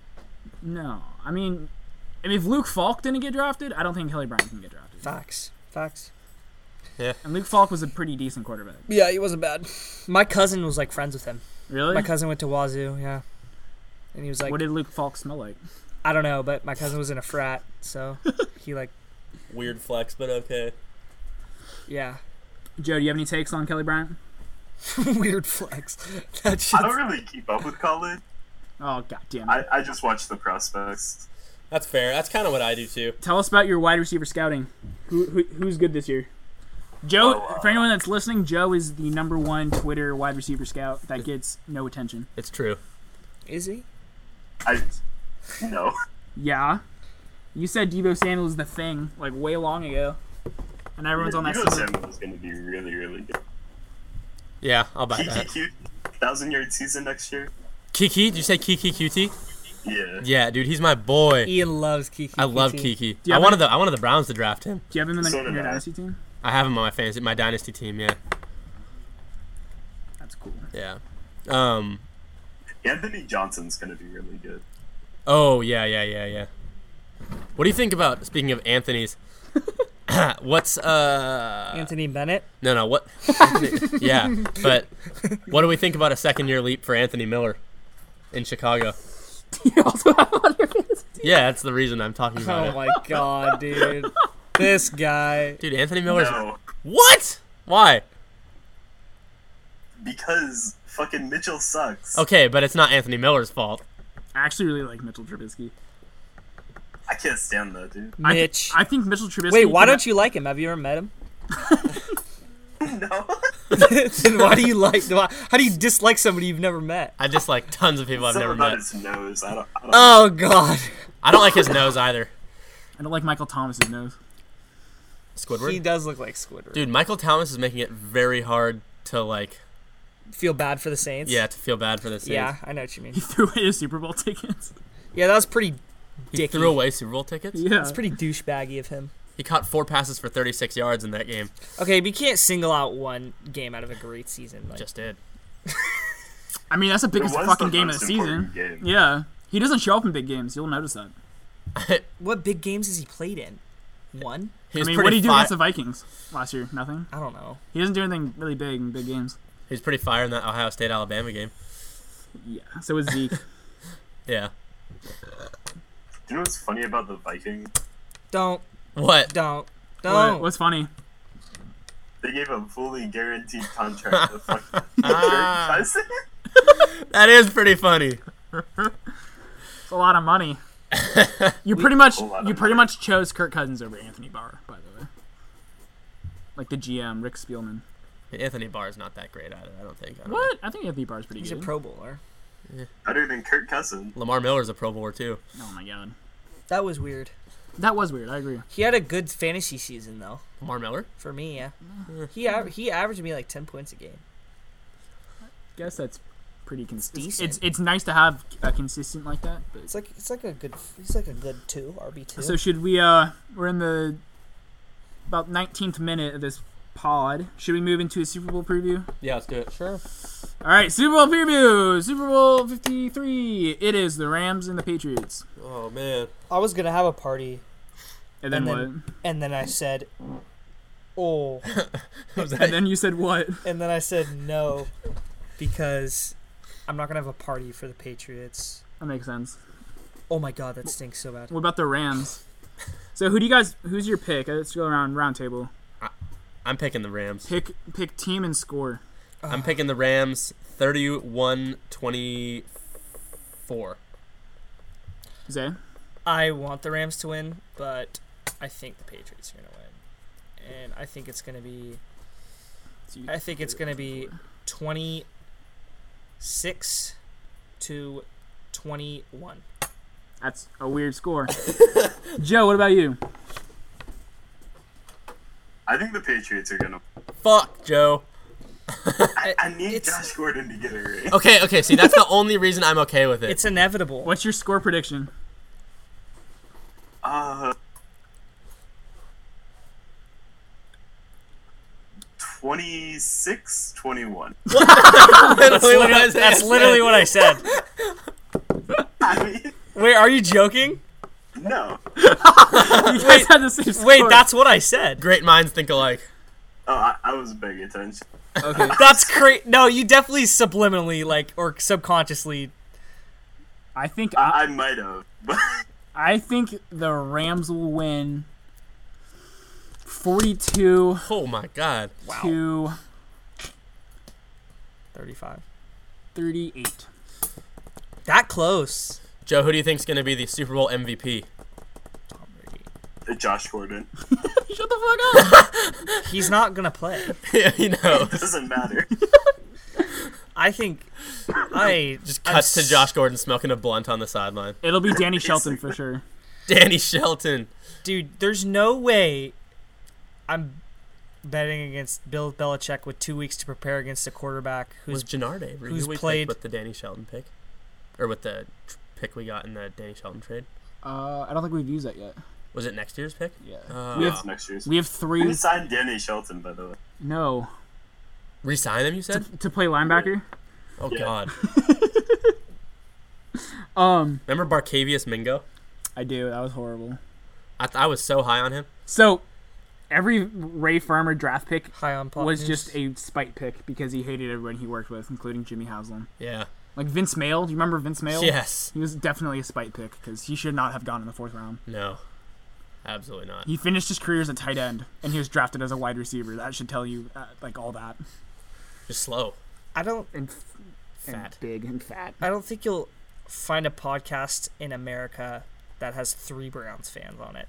[SPEAKER 3] No, I mean, I mean, if Luke Falk didn't get drafted, I don't think Kelly Bryant can get drafted.
[SPEAKER 1] Facts. Facts.
[SPEAKER 3] And Luke Falk was a pretty decent quarterback.
[SPEAKER 1] Yeah, he wasn't bad. My cousin was like friends with him.
[SPEAKER 3] Really?
[SPEAKER 1] My cousin went to Wazoo, yeah. And he was like,
[SPEAKER 3] what did Luke Falk smell like?
[SPEAKER 1] I don't know, but my cousin was in a frat, so he like,
[SPEAKER 2] Weird flex, but okay.
[SPEAKER 1] yeah,
[SPEAKER 3] Joe, do you have any takes on Kelly Bryant?
[SPEAKER 1] weird flex. That shit's,
[SPEAKER 4] I don't really keep up with college.
[SPEAKER 3] Oh god damn it!
[SPEAKER 4] I, I just watch the prospects.
[SPEAKER 2] That's fair. That's kind of what I do too.
[SPEAKER 3] Tell us about your wide receiver scouting. Who, who who's good this year? Joe, for anyone that's listening, Joe is the number one Twitter wide receiver scout that gets no attention.
[SPEAKER 2] It's true.
[SPEAKER 1] is he?
[SPEAKER 4] I no.
[SPEAKER 3] Yeah. You said Debo Samuel is the thing, like way long ago. And everyone's on that
[SPEAKER 4] Debo
[SPEAKER 3] same-
[SPEAKER 4] Samuel is going to be really, really good.
[SPEAKER 2] Yeah, I'll buy
[SPEAKER 4] Kiki
[SPEAKER 2] that.
[SPEAKER 4] cute, thousand yard season next year.
[SPEAKER 2] Kiki, did you say Kiki QT?
[SPEAKER 4] Yeah.
[SPEAKER 2] Yeah, dude, he's my boy.
[SPEAKER 1] Ian loves Kiki.
[SPEAKER 3] E
[SPEAKER 2] I love
[SPEAKER 1] Kiki.
[SPEAKER 2] Kiki.
[SPEAKER 3] you
[SPEAKER 2] I
[SPEAKER 3] have
[SPEAKER 2] wanted
[SPEAKER 3] any-
[SPEAKER 2] the I wanted the Browns to draft him.
[SPEAKER 3] Do you have him in the
[SPEAKER 4] So did
[SPEAKER 3] in your
[SPEAKER 4] I.
[SPEAKER 3] dynasty team?
[SPEAKER 2] I have him on my fantasy, my dynasty team. Yeah,
[SPEAKER 3] That's cool.
[SPEAKER 2] yeah. Um.
[SPEAKER 4] Anthony Johnson's going to be really good.
[SPEAKER 2] Oh yeah, yeah, yeah, yeah. What do you think about speaking of Anthony's? what's uh?
[SPEAKER 1] Anthony Bennett.
[SPEAKER 2] No, no. What? yeah, but what do we think about a second year leap for Anthony Miller in Chicago?
[SPEAKER 3] You also have him on your fantasy team.
[SPEAKER 2] Yeah, that's the reason I'm talking about
[SPEAKER 1] Oh
[SPEAKER 2] it.
[SPEAKER 1] my god, dude. This guy.
[SPEAKER 2] Dude, Anthony Miller's
[SPEAKER 4] No,
[SPEAKER 2] what? Why?
[SPEAKER 4] because fucking Mitchell sucks.
[SPEAKER 2] Okay, but it's not Anthony Miller's fault.
[SPEAKER 3] I actually really like Mitchell Trubisky.
[SPEAKER 4] I can't stand that dude.
[SPEAKER 3] I thi-
[SPEAKER 1] Mitch.
[SPEAKER 3] I, think Mitchell Trubisky.
[SPEAKER 1] Wait, why
[SPEAKER 3] could-
[SPEAKER 1] don't you like him? Have you ever met him?
[SPEAKER 4] No.
[SPEAKER 1] then why do you like? Why, how do you dislike somebody you've never met?
[SPEAKER 2] I dislike tons of people I've
[SPEAKER 4] Something
[SPEAKER 2] never
[SPEAKER 4] about
[SPEAKER 2] met.
[SPEAKER 4] his nose. I don't. I don't
[SPEAKER 1] Oh god,
[SPEAKER 2] I don't like his nose either.
[SPEAKER 3] I don't like Michael Thomas's nose.
[SPEAKER 1] he
[SPEAKER 2] Squidward.
[SPEAKER 1] does look like Squidward.
[SPEAKER 2] Dude, Michael Thomas is making it very hard to like,
[SPEAKER 1] Feel bad for the Saints.
[SPEAKER 2] yeah, to feel bad for this.
[SPEAKER 1] Yeah, I know what you mean.
[SPEAKER 3] He threw away his Super Bowl tickets.
[SPEAKER 1] Yeah, that was pretty.
[SPEAKER 2] he
[SPEAKER 1] dicky.
[SPEAKER 2] threw away Super Bowl tickets.
[SPEAKER 3] Yeah.
[SPEAKER 1] That's pretty douchebaggy of him.
[SPEAKER 2] He caught four passes for 36 yards in that game.
[SPEAKER 1] Okay, but you can't single out one game out of a great season. Like,
[SPEAKER 2] Just did.
[SPEAKER 3] I mean, that's the biggest
[SPEAKER 4] was
[SPEAKER 3] fucking
[SPEAKER 4] the
[SPEAKER 3] game of the
[SPEAKER 4] most
[SPEAKER 3] season.
[SPEAKER 4] important game.
[SPEAKER 3] Yeah. He doesn't show up in big games. You'll notice that.
[SPEAKER 1] what big games has he played in? One?
[SPEAKER 2] He
[SPEAKER 3] I
[SPEAKER 2] was
[SPEAKER 3] mean,
[SPEAKER 2] pretty
[SPEAKER 3] what did he do
[SPEAKER 2] fi-
[SPEAKER 3] against the Vikings last year? Nothing.
[SPEAKER 1] I don't know.
[SPEAKER 3] He doesn't do anything really big in big games.
[SPEAKER 2] He was pretty fire in that Ohio State Alabama game.
[SPEAKER 3] Yeah. So was Zeke.
[SPEAKER 2] Yeah.
[SPEAKER 4] Do you know what's funny about the Vikings?
[SPEAKER 1] Don't,
[SPEAKER 2] What?
[SPEAKER 1] don't,
[SPEAKER 3] What-
[SPEAKER 1] don't.
[SPEAKER 3] What's funny?
[SPEAKER 4] They gave a fully guaranteed contract to fucking Kirk
[SPEAKER 2] Ah,
[SPEAKER 4] Cousins.
[SPEAKER 2] that is pretty funny.
[SPEAKER 3] It's a lot of money. you pretty much
[SPEAKER 4] a lot of
[SPEAKER 3] you pretty
[SPEAKER 4] money.
[SPEAKER 3] much chose Kirk Cousins over Anthony Barr, by the way. Like the GM, Rick Spielman.
[SPEAKER 2] Anthony Barr is not that great at it, I don't think. I don't know.
[SPEAKER 3] What? I think Anthony Barr's pretty
[SPEAKER 1] He's a
[SPEAKER 3] good.
[SPEAKER 1] Pro Bowler.
[SPEAKER 4] Better than Kirk Cousins.
[SPEAKER 2] Lamar Miller's a Pro Bowler too.
[SPEAKER 3] oh my god.
[SPEAKER 1] That was weird.
[SPEAKER 3] That was weird, I agree.
[SPEAKER 1] He had a good fantasy season though.
[SPEAKER 2] Lamar Miller?
[SPEAKER 1] For me, yeah. He aver- he averaged me like ten points a game.
[SPEAKER 3] Guess that's pretty consistent. It's,
[SPEAKER 1] decent.
[SPEAKER 3] it's it's nice to have a consistent like that, but
[SPEAKER 1] It's like it's like a good he's like a good two RB two.
[SPEAKER 3] So should we? Uh, we're in the about 19th minute of this pod. Should we move into a Super Bowl preview?
[SPEAKER 2] Yeah, let's do it. Sure.
[SPEAKER 3] All right, Super Bowl preview. Super Bowl 53. It is the Rams and the Patriots.
[SPEAKER 2] Oh man.
[SPEAKER 1] I was gonna have a party
[SPEAKER 3] And then,
[SPEAKER 1] And then-
[SPEAKER 3] what?
[SPEAKER 1] and then I said, oh,
[SPEAKER 2] Was
[SPEAKER 3] And
[SPEAKER 2] that,
[SPEAKER 3] then you said what?
[SPEAKER 1] and then I said no, because I'm not gonna have a party for the Patriots.
[SPEAKER 3] That makes sense.
[SPEAKER 1] Oh my god, that stinks so bad.
[SPEAKER 3] What about the Rams? So who do you guys? Who's your pick? Let's go around round table.
[SPEAKER 2] I'm picking the Rams.
[SPEAKER 3] Pick pick team and score.
[SPEAKER 2] I'm picking the Rams 31-24.
[SPEAKER 3] Zay.
[SPEAKER 1] I want the Rams to win, but I think the Patriots are gonna win, and I think it's gonna be
[SPEAKER 3] So you-
[SPEAKER 1] I think it's gonna be twenty six to twenty one.
[SPEAKER 3] That's a weird score. Joe, what about you?
[SPEAKER 4] I think the Patriots are gonna.
[SPEAKER 2] Fuck, Joe.
[SPEAKER 4] I, I need
[SPEAKER 1] it's-
[SPEAKER 4] Josh Gordon to get a ring.
[SPEAKER 2] Okay, okay. See, that's the only reason I'm okay with it.
[SPEAKER 1] It's inevitable.
[SPEAKER 3] What's your score prediction?
[SPEAKER 4] Uh, twenty six, twenty one.
[SPEAKER 1] that's literally,
[SPEAKER 2] what I said.
[SPEAKER 1] that's literally what I said.
[SPEAKER 4] I mean,
[SPEAKER 1] Wait, are you joking?
[SPEAKER 4] no.
[SPEAKER 3] You guys had the same score.
[SPEAKER 1] Wait, that's what I said.
[SPEAKER 2] Great minds think alike.
[SPEAKER 4] Oh, I, I was paying attention.
[SPEAKER 3] okay.
[SPEAKER 1] That's crazy. No, you definitely subliminally, like, or subconsciously.
[SPEAKER 3] I think I,
[SPEAKER 4] I, I might have, but
[SPEAKER 3] I think the Rams will win 42
[SPEAKER 2] Oh my god.
[SPEAKER 3] to
[SPEAKER 1] 35.
[SPEAKER 3] 38.
[SPEAKER 1] That close.
[SPEAKER 2] Joe, who do you think's going to be the Super Bowl MVP?
[SPEAKER 4] Josh Gordon
[SPEAKER 3] Shut the fuck up.
[SPEAKER 1] He's not going to play.
[SPEAKER 2] you know,
[SPEAKER 4] doesn't matter.
[SPEAKER 1] I think. I just
[SPEAKER 2] cuts to Josh Gordon smoking a blunt on the sideline.
[SPEAKER 3] It'll be Danny Shelton for sure.
[SPEAKER 2] Danny Shelton.
[SPEAKER 1] Dude, there's no way I'm betting against Bill Belichick with two weeks to prepare against a quarterback who's.
[SPEAKER 2] Was Gennard
[SPEAKER 1] who's
[SPEAKER 2] who we picked
[SPEAKER 1] played-
[SPEAKER 2] with the Danny Shelton pick, or with the tr- pick we got in the Danny Shelton trade?
[SPEAKER 3] Uh, I don't think we've used that yet.
[SPEAKER 2] Was it next year's pick?
[SPEAKER 3] Yeah.
[SPEAKER 2] Uh,
[SPEAKER 3] we
[SPEAKER 4] That's
[SPEAKER 3] have
[SPEAKER 4] next year's.
[SPEAKER 3] we have three.
[SPEAKER 4] We signed Danny Shelton, by the way.
[SPEAKER 3] No,
[SPEAKER 2] Resign him, you said?
[SPEAKER 3] to play linebacker.
[SPEAKER 2] Oh
[SPEAKER 4] Yeah.
[SPEAKER 2] God!
[SPEAKER 3] Um,
[SPEAKER 2] Remember Barcavius Mingo?
[SPEAKER 3] I do. That was horrible.
[SPEAKER 2] I, th- I was so high on him.
[SPEAKER 3] So, every Ray Farmer draft pick
[SPEAKER 1] High on pop
[SPEAKER 3] was
[SPEAKER 1] news.
[SPEAKER 3] just a spite pick because he hated everyone he worked with, including Jimmy Haslam.
[SPEAKER 2] Yeah.
[SPEAKER 3] Like Vince Mail. Do you remember Vince Mail?
[SPEAKER 2] Yes.
[SPEAKER 3] He was definitely a spite pick because he should not have gone in the fourth round.
[SPEAKER 2] No. Absolutely not.
[SPEAKER 3] He finished his career as a tight end, and he was drafted as a wide receiver. That should tell you uh, like all that.
[SPEAKER 2] Just slow.
[SPEAKER 1] I don't.
[SPEAKER 3] And, and
[SPEAKER 2] Fat.
[SPEAKER 3] big and fat.
[SPEAKER 1] I don't think you'll find a podcast in America that has three Browns fans on it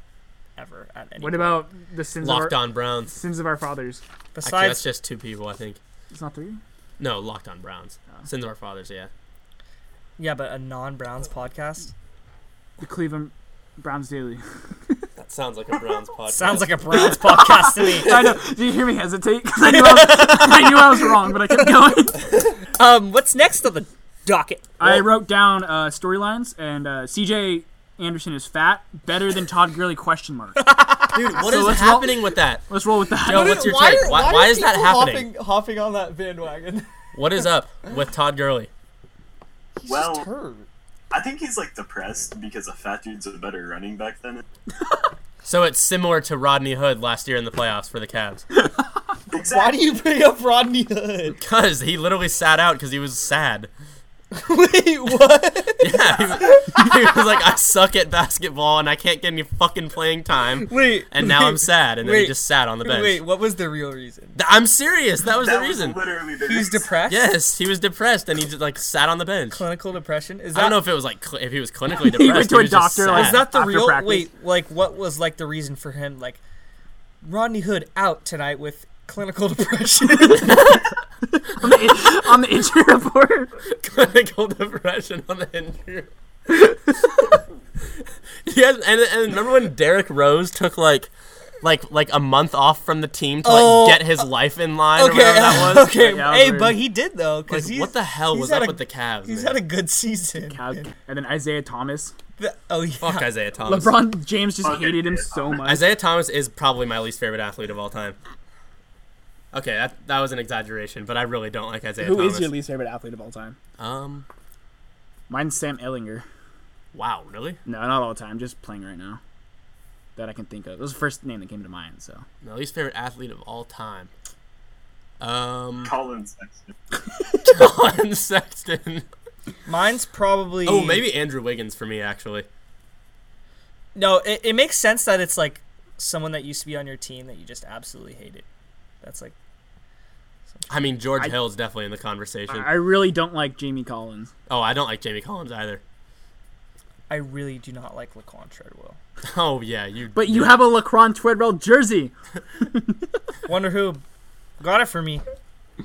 [SPEAKER 1] ever at any.
[SPEAKER 3] What about the sins
[SPEAKER 2] Locked
[SPEAKER 3] of our,
[SPEAKER 2] on Browns.
[SPEAKER 3] sins of our fathers?
[SPEAKER 2] Actually, that's
[SPEAKER 1] besides
[SPEAKER 2] just two people, I think.
[SPEAKER 3] It's not three.
[SPEAKER 2] No, Locked on Browns.
[SPEAKER 1] Oh.
[SPEAKER 2] Sins of our fathers. Yeah.
[SPEAKER 1] yeah, but a non-Browns podcast
[SPEAKER 3] The Cleveland Browns Daily.
[SPEAKER 2] That sounds like a Browns podcast.
[SPEAKER 1] sounds like a Browns podcast to me.
[SPEAKER 3] I know. Did you hear me hesitate? 'Cause I knew I, was, I knew I was wrong, but I kept going.
[SPEAKER 1] Um, what's next on the docket?
[SPEAKER 3] I wrote down uh, storylines, and uh, CJ Anderson is fat, better than Todd Gurley? Question mark.
[SPEAKER 2] Dude, what
[SPEAKER 3] So
[SPEAKER 2] is
[SPEAKER 3] let's roll-
[SPEAKER 2] happening with that?
[SPEAKER 3] Let's roll with that.
[SPEAKER 2] Joe, what's your take? Why, why, is that happening?
[SPEAKER 1] Hopping, on that bandwagon.
[SPEAKER 2] What is up with Todd Gurley?
[SPEAKER 4] Well, I think he's like depressed because a fat dude's a better running back than him.
[SPEAKER 2] So it's similar to Rodney Hood last year in the playoffs for the Cavs.
[SPEAKER 1] Why
[SPEAKER 4] Exactly.
[SPEAKER 1] do you bring up Rodney Hood?
[SPEAKER 2] Because he literally sat out because he was sad.
[SPEAKER 1] Wait, what?
[SPEAKER 2] Yeah, he was, he was like, I suck at basketball and I can't get any fucking playing time.
[SPEAKER 1] Wait,
[SPEAKER 2] And now I'm sad. And then he
[SPEAKER 1] wait,
[SPEAKER 2] just sat on the bench.
[SPEAKER 1] Wait, what was the real reason?
[SPEAKER 2] Th- I'm serious. That was
[SPEAKER 4] That
[SPEAKER 2] the
[SPEAKER 4] was
[SPEAKER 2] reason.
[SPEAKER 4] literally the
[SPEAKER 1] He was
[SPEAKER 4] reason.
[SPEAKER 1] depressed.
[SPEAKER 2] Yes, he was depressed and he just like sat on the bench.
[SPEAKER 1] Clinical depression. Is
[SPEAKER 2] I
[SPEAKER 1] that
[SPEAKER 2] don't know if it was like cl- if he was clinically depressed.
[SPEAKER 3] to a
[SPEAKER 2] was just
[SPEAKER 3] doctor, like-
[SPEAKER 2] sad.
[SPEAKER 1] Is that the
[SPEAKER 3] after
[SPEAKER 1] real?
[SPEAKER 3] practice.
[SPEAKER 1] Wait, like what was like the reason for him? Like Rodney Hood out tonight with clinical depression.
[SPEAKER 3] on, the, on the injury report.
[SPEAKER 2] clinical depression on the injury. yes, and, and remember when Derek Rose took like, like, like a month off from the team to like
[SPEAKER 1] Oh,
[SPEAKER 2] get
[SPEAKER 3] uh,
[SPEAKER 2] his life in line or
[SPEAKER 1] okay,
[SPEAKER 2] whatever that was.
[SPEAKER 1] okay.
[SPEAKER 3] Yeah, that was
[SPEAKER 1] hey,
[SPEAKER 3] weird.
[SPEAKER 1] but he did though,
[SPEAKER 2] Like,
[SPEAKER 1] because
[SPEAKER 2] what the hell was up with the Cavs?
[SPEAKER 1] He's
[SPEAKER 2] man?
[SPEAKER 1] had a good season.
[SPEAKER 3] And then Isaiah Thomas. Oh,
[SPEAKER 1] The- oh yeah.
[SPEAKER 2] Fuck Isaiah Thomas.
[SPEAKER 3] LeBron James just
[SPEAKER 4] Okay.
[SPEAKER 3] hated him so much.
[SPEAKER 2] Isaiah Thomas is probably my least favorite athlete of all time. Okay, that that was an exaggeration, but I really don't like Isaiah
[SPEAKER 3] Who
[SPEAKER 2] Thomas.
[SPEAKER 3] is your least favorite athlete of all time?
[SPEAKER 2] Um,
[SPEAKER 3] Mine's Sam Ellinger.
[SPEAKER 2] wow, really?
[SPEAKER 3] No, not all the time. Just playing right now. That I can think of. It was the first name that came to mind. So
[SPEAKER 2] My least favorite athlete of all time. Um,
[SPEAKER 4] Colin Sexton.
[SPEAKER 2] Colin Sexton.
[SPEAKER 1] Mine's probably.
[SPEAKER 2] Oh, maybe Andrew Wiggins for me actually.
[SPEAKER 1] No, it, it makes sense that it's like someone that used to be on your team that you just absolutely hated. That's like
[SPEAKER 2] I mean, George
[SPEAKER 3] I-
[SPEAKER 2] Hill's definitely in the conversation.
[SPEAKER 3] I really don't like Jamie Collins.
[SPEAKER 2] oh, I don't like Jamie Collins either.
[SPEAKER 1] I really do not like Laquan Treadwell.
[SPEAKER 2] Oh yeah, you.
[SPEAKER 3] But you have a Lacron Treadwell jersey.
[SPEAKER 1] Wonder who got it for me.
[SPEAKER 3] It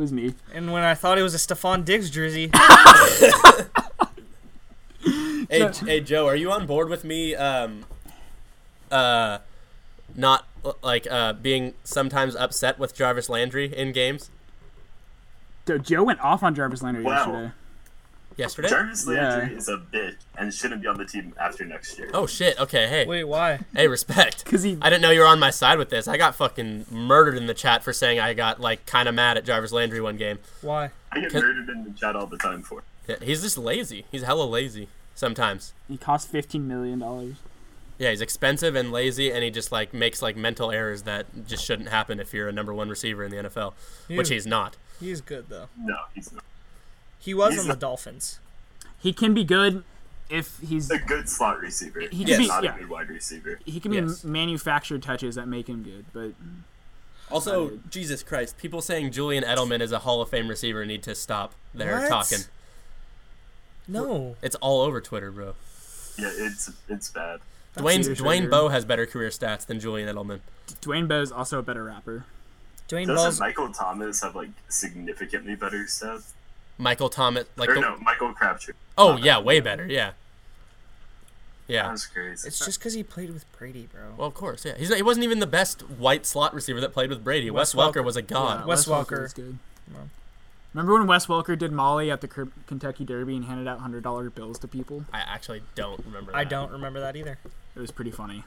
[SPEAKER 3] was me.
[SPEAKER 1] And when I thought it was a Stephon Diggs jersey,
[SPEAKER 2] Hey, J- hey, Joe, are you on board with me? Um, uh, not l- like uh, being sometimes upset with Jarvis Landry in games
[SPEAKER 3] So Joe went off on Jarvis Landry
[SPEAKER 4] Wow.
[SPEAKER 3] yesterday.
[SPEAKER 2] yesterday?
[SPEAKER 4] Jarvis Landry
[SPEAKER 3] Yeah.
[SPEAKER 4] is a bitch and shouldn't be on the team after next year.
[SPEAKER 2] Oh shit! Okay, hey,
[SPEAKER 1] Wait, why?
[SPEAKER 2] hey, respect.
[SPEAKER 3] 'Cause he-
[SPEAKER 2] I didn't know you were on my side with this. I got fucking murdered in the chat for saying I got like kind of mad at Jarvis Landry one game.
[SPEAKER 1] Why?
[SPEAKER 4] I get
[SPEAKER 2] Cause-
[SPEAKER 4] murdered in the chat all the time for. it.
[SPEAKER 2] Yeah, He's just lazy. He's hella lazy sometimes.
[SPEAKER 3] He cost fifteen million dollars.
[SPEAKER 2] Yeah, he's expensive and lazy, and he just like makes like mental errors that just shouldn't happen if you're a number one receiver in the NFL, which
[SPEAKER 1] Ew.
[SPEAKER 2] he's not.
[SPEAKER 1] He's good though.
[SPEAKER 4] No, he's not.
[SPEAKER 1] He was
[SPEAKER 4] He's
[SPEAKER 1] on the
[SPEAKER 4] not-
[SPEAKER 1] Dolphins.
[SPEAKER 3] He can be good if he's
[SPEAKER 4] a good slot receiver.
[SPEAKER 3] He
[SPEAKER 4] He's
[SPEAKER 3] can
[SPEAKER 2] be-
[SPEAKER 4] not
[SPEAKER 3] yeah.
[SPEAKER 4] a good wide receiver.
[SPEAKER 3] he can be
[SPEAKER 2] Yes.
[SPEAKER 3] manufactured touches that make him good. But
[SPEAKER 2] Also, Jesus Christ, people saying Julian Edelman is a Hall of Fame receiver need to stop their
[SPEAKER 1] What?
[SPEAKER 2] talking.
[SPEAKER 1] No.
[SPEAKER 2] It's all over Twitter, bro.
[SPEAKER 4] Yeah, it's it's bad.
[SPEAKER 2] Dwayne
[SPEAKER 3] serious
[SPEAKER 2] Dwayne
[SPEAKER 3] right
[SPEAKER 2] Bowe has better career stats than Julian Edelman.
[SPEAKER 3] Dwayne Bowe is also a better rapper.
[SPEAKER 1] Dwayne
[SPEAKER 4] Doesn't
[SPEAKER 1] Ball's
[SPEAKER 4] Michael Thomas have like significantly better stats?
[SPEAKER 2] Michael Thomas, like
[SPEAKER 4] Or
[SPEAKER 2] the,
[SPEAKER 4] no, Michael Crabtree.
[SPEAKER 2] oh yeah, way better, yeah, yeah.
[SPEAKER 4] That's crazy.
[SPEAKER 1] It's just because he played with Brady, bro.
[SPEAKER 2] Well, of course, yeah. He's not, he wasn't even the best white slot receiver that played with Brady.
[SPEAKER 1] Wes
[SPEAKER 2] Wes, Welker,
[SPEAKER 1] Welker.
[SPEAKER 2] was a god.
[SPEAKER 3] Yeah,
[SPEAKER 1] Wes Welker.
[SPEAKER 3] Uh, is good. Remember when Wes Welker did Molly at the K- Kentucky Derby and handed out hundred dollar bills to people?
[SPEAKER 2] I actually don't remember. That.
[SPEAKER 1] I don't remember that either.
[SPEAKER 3] It was pretty funny.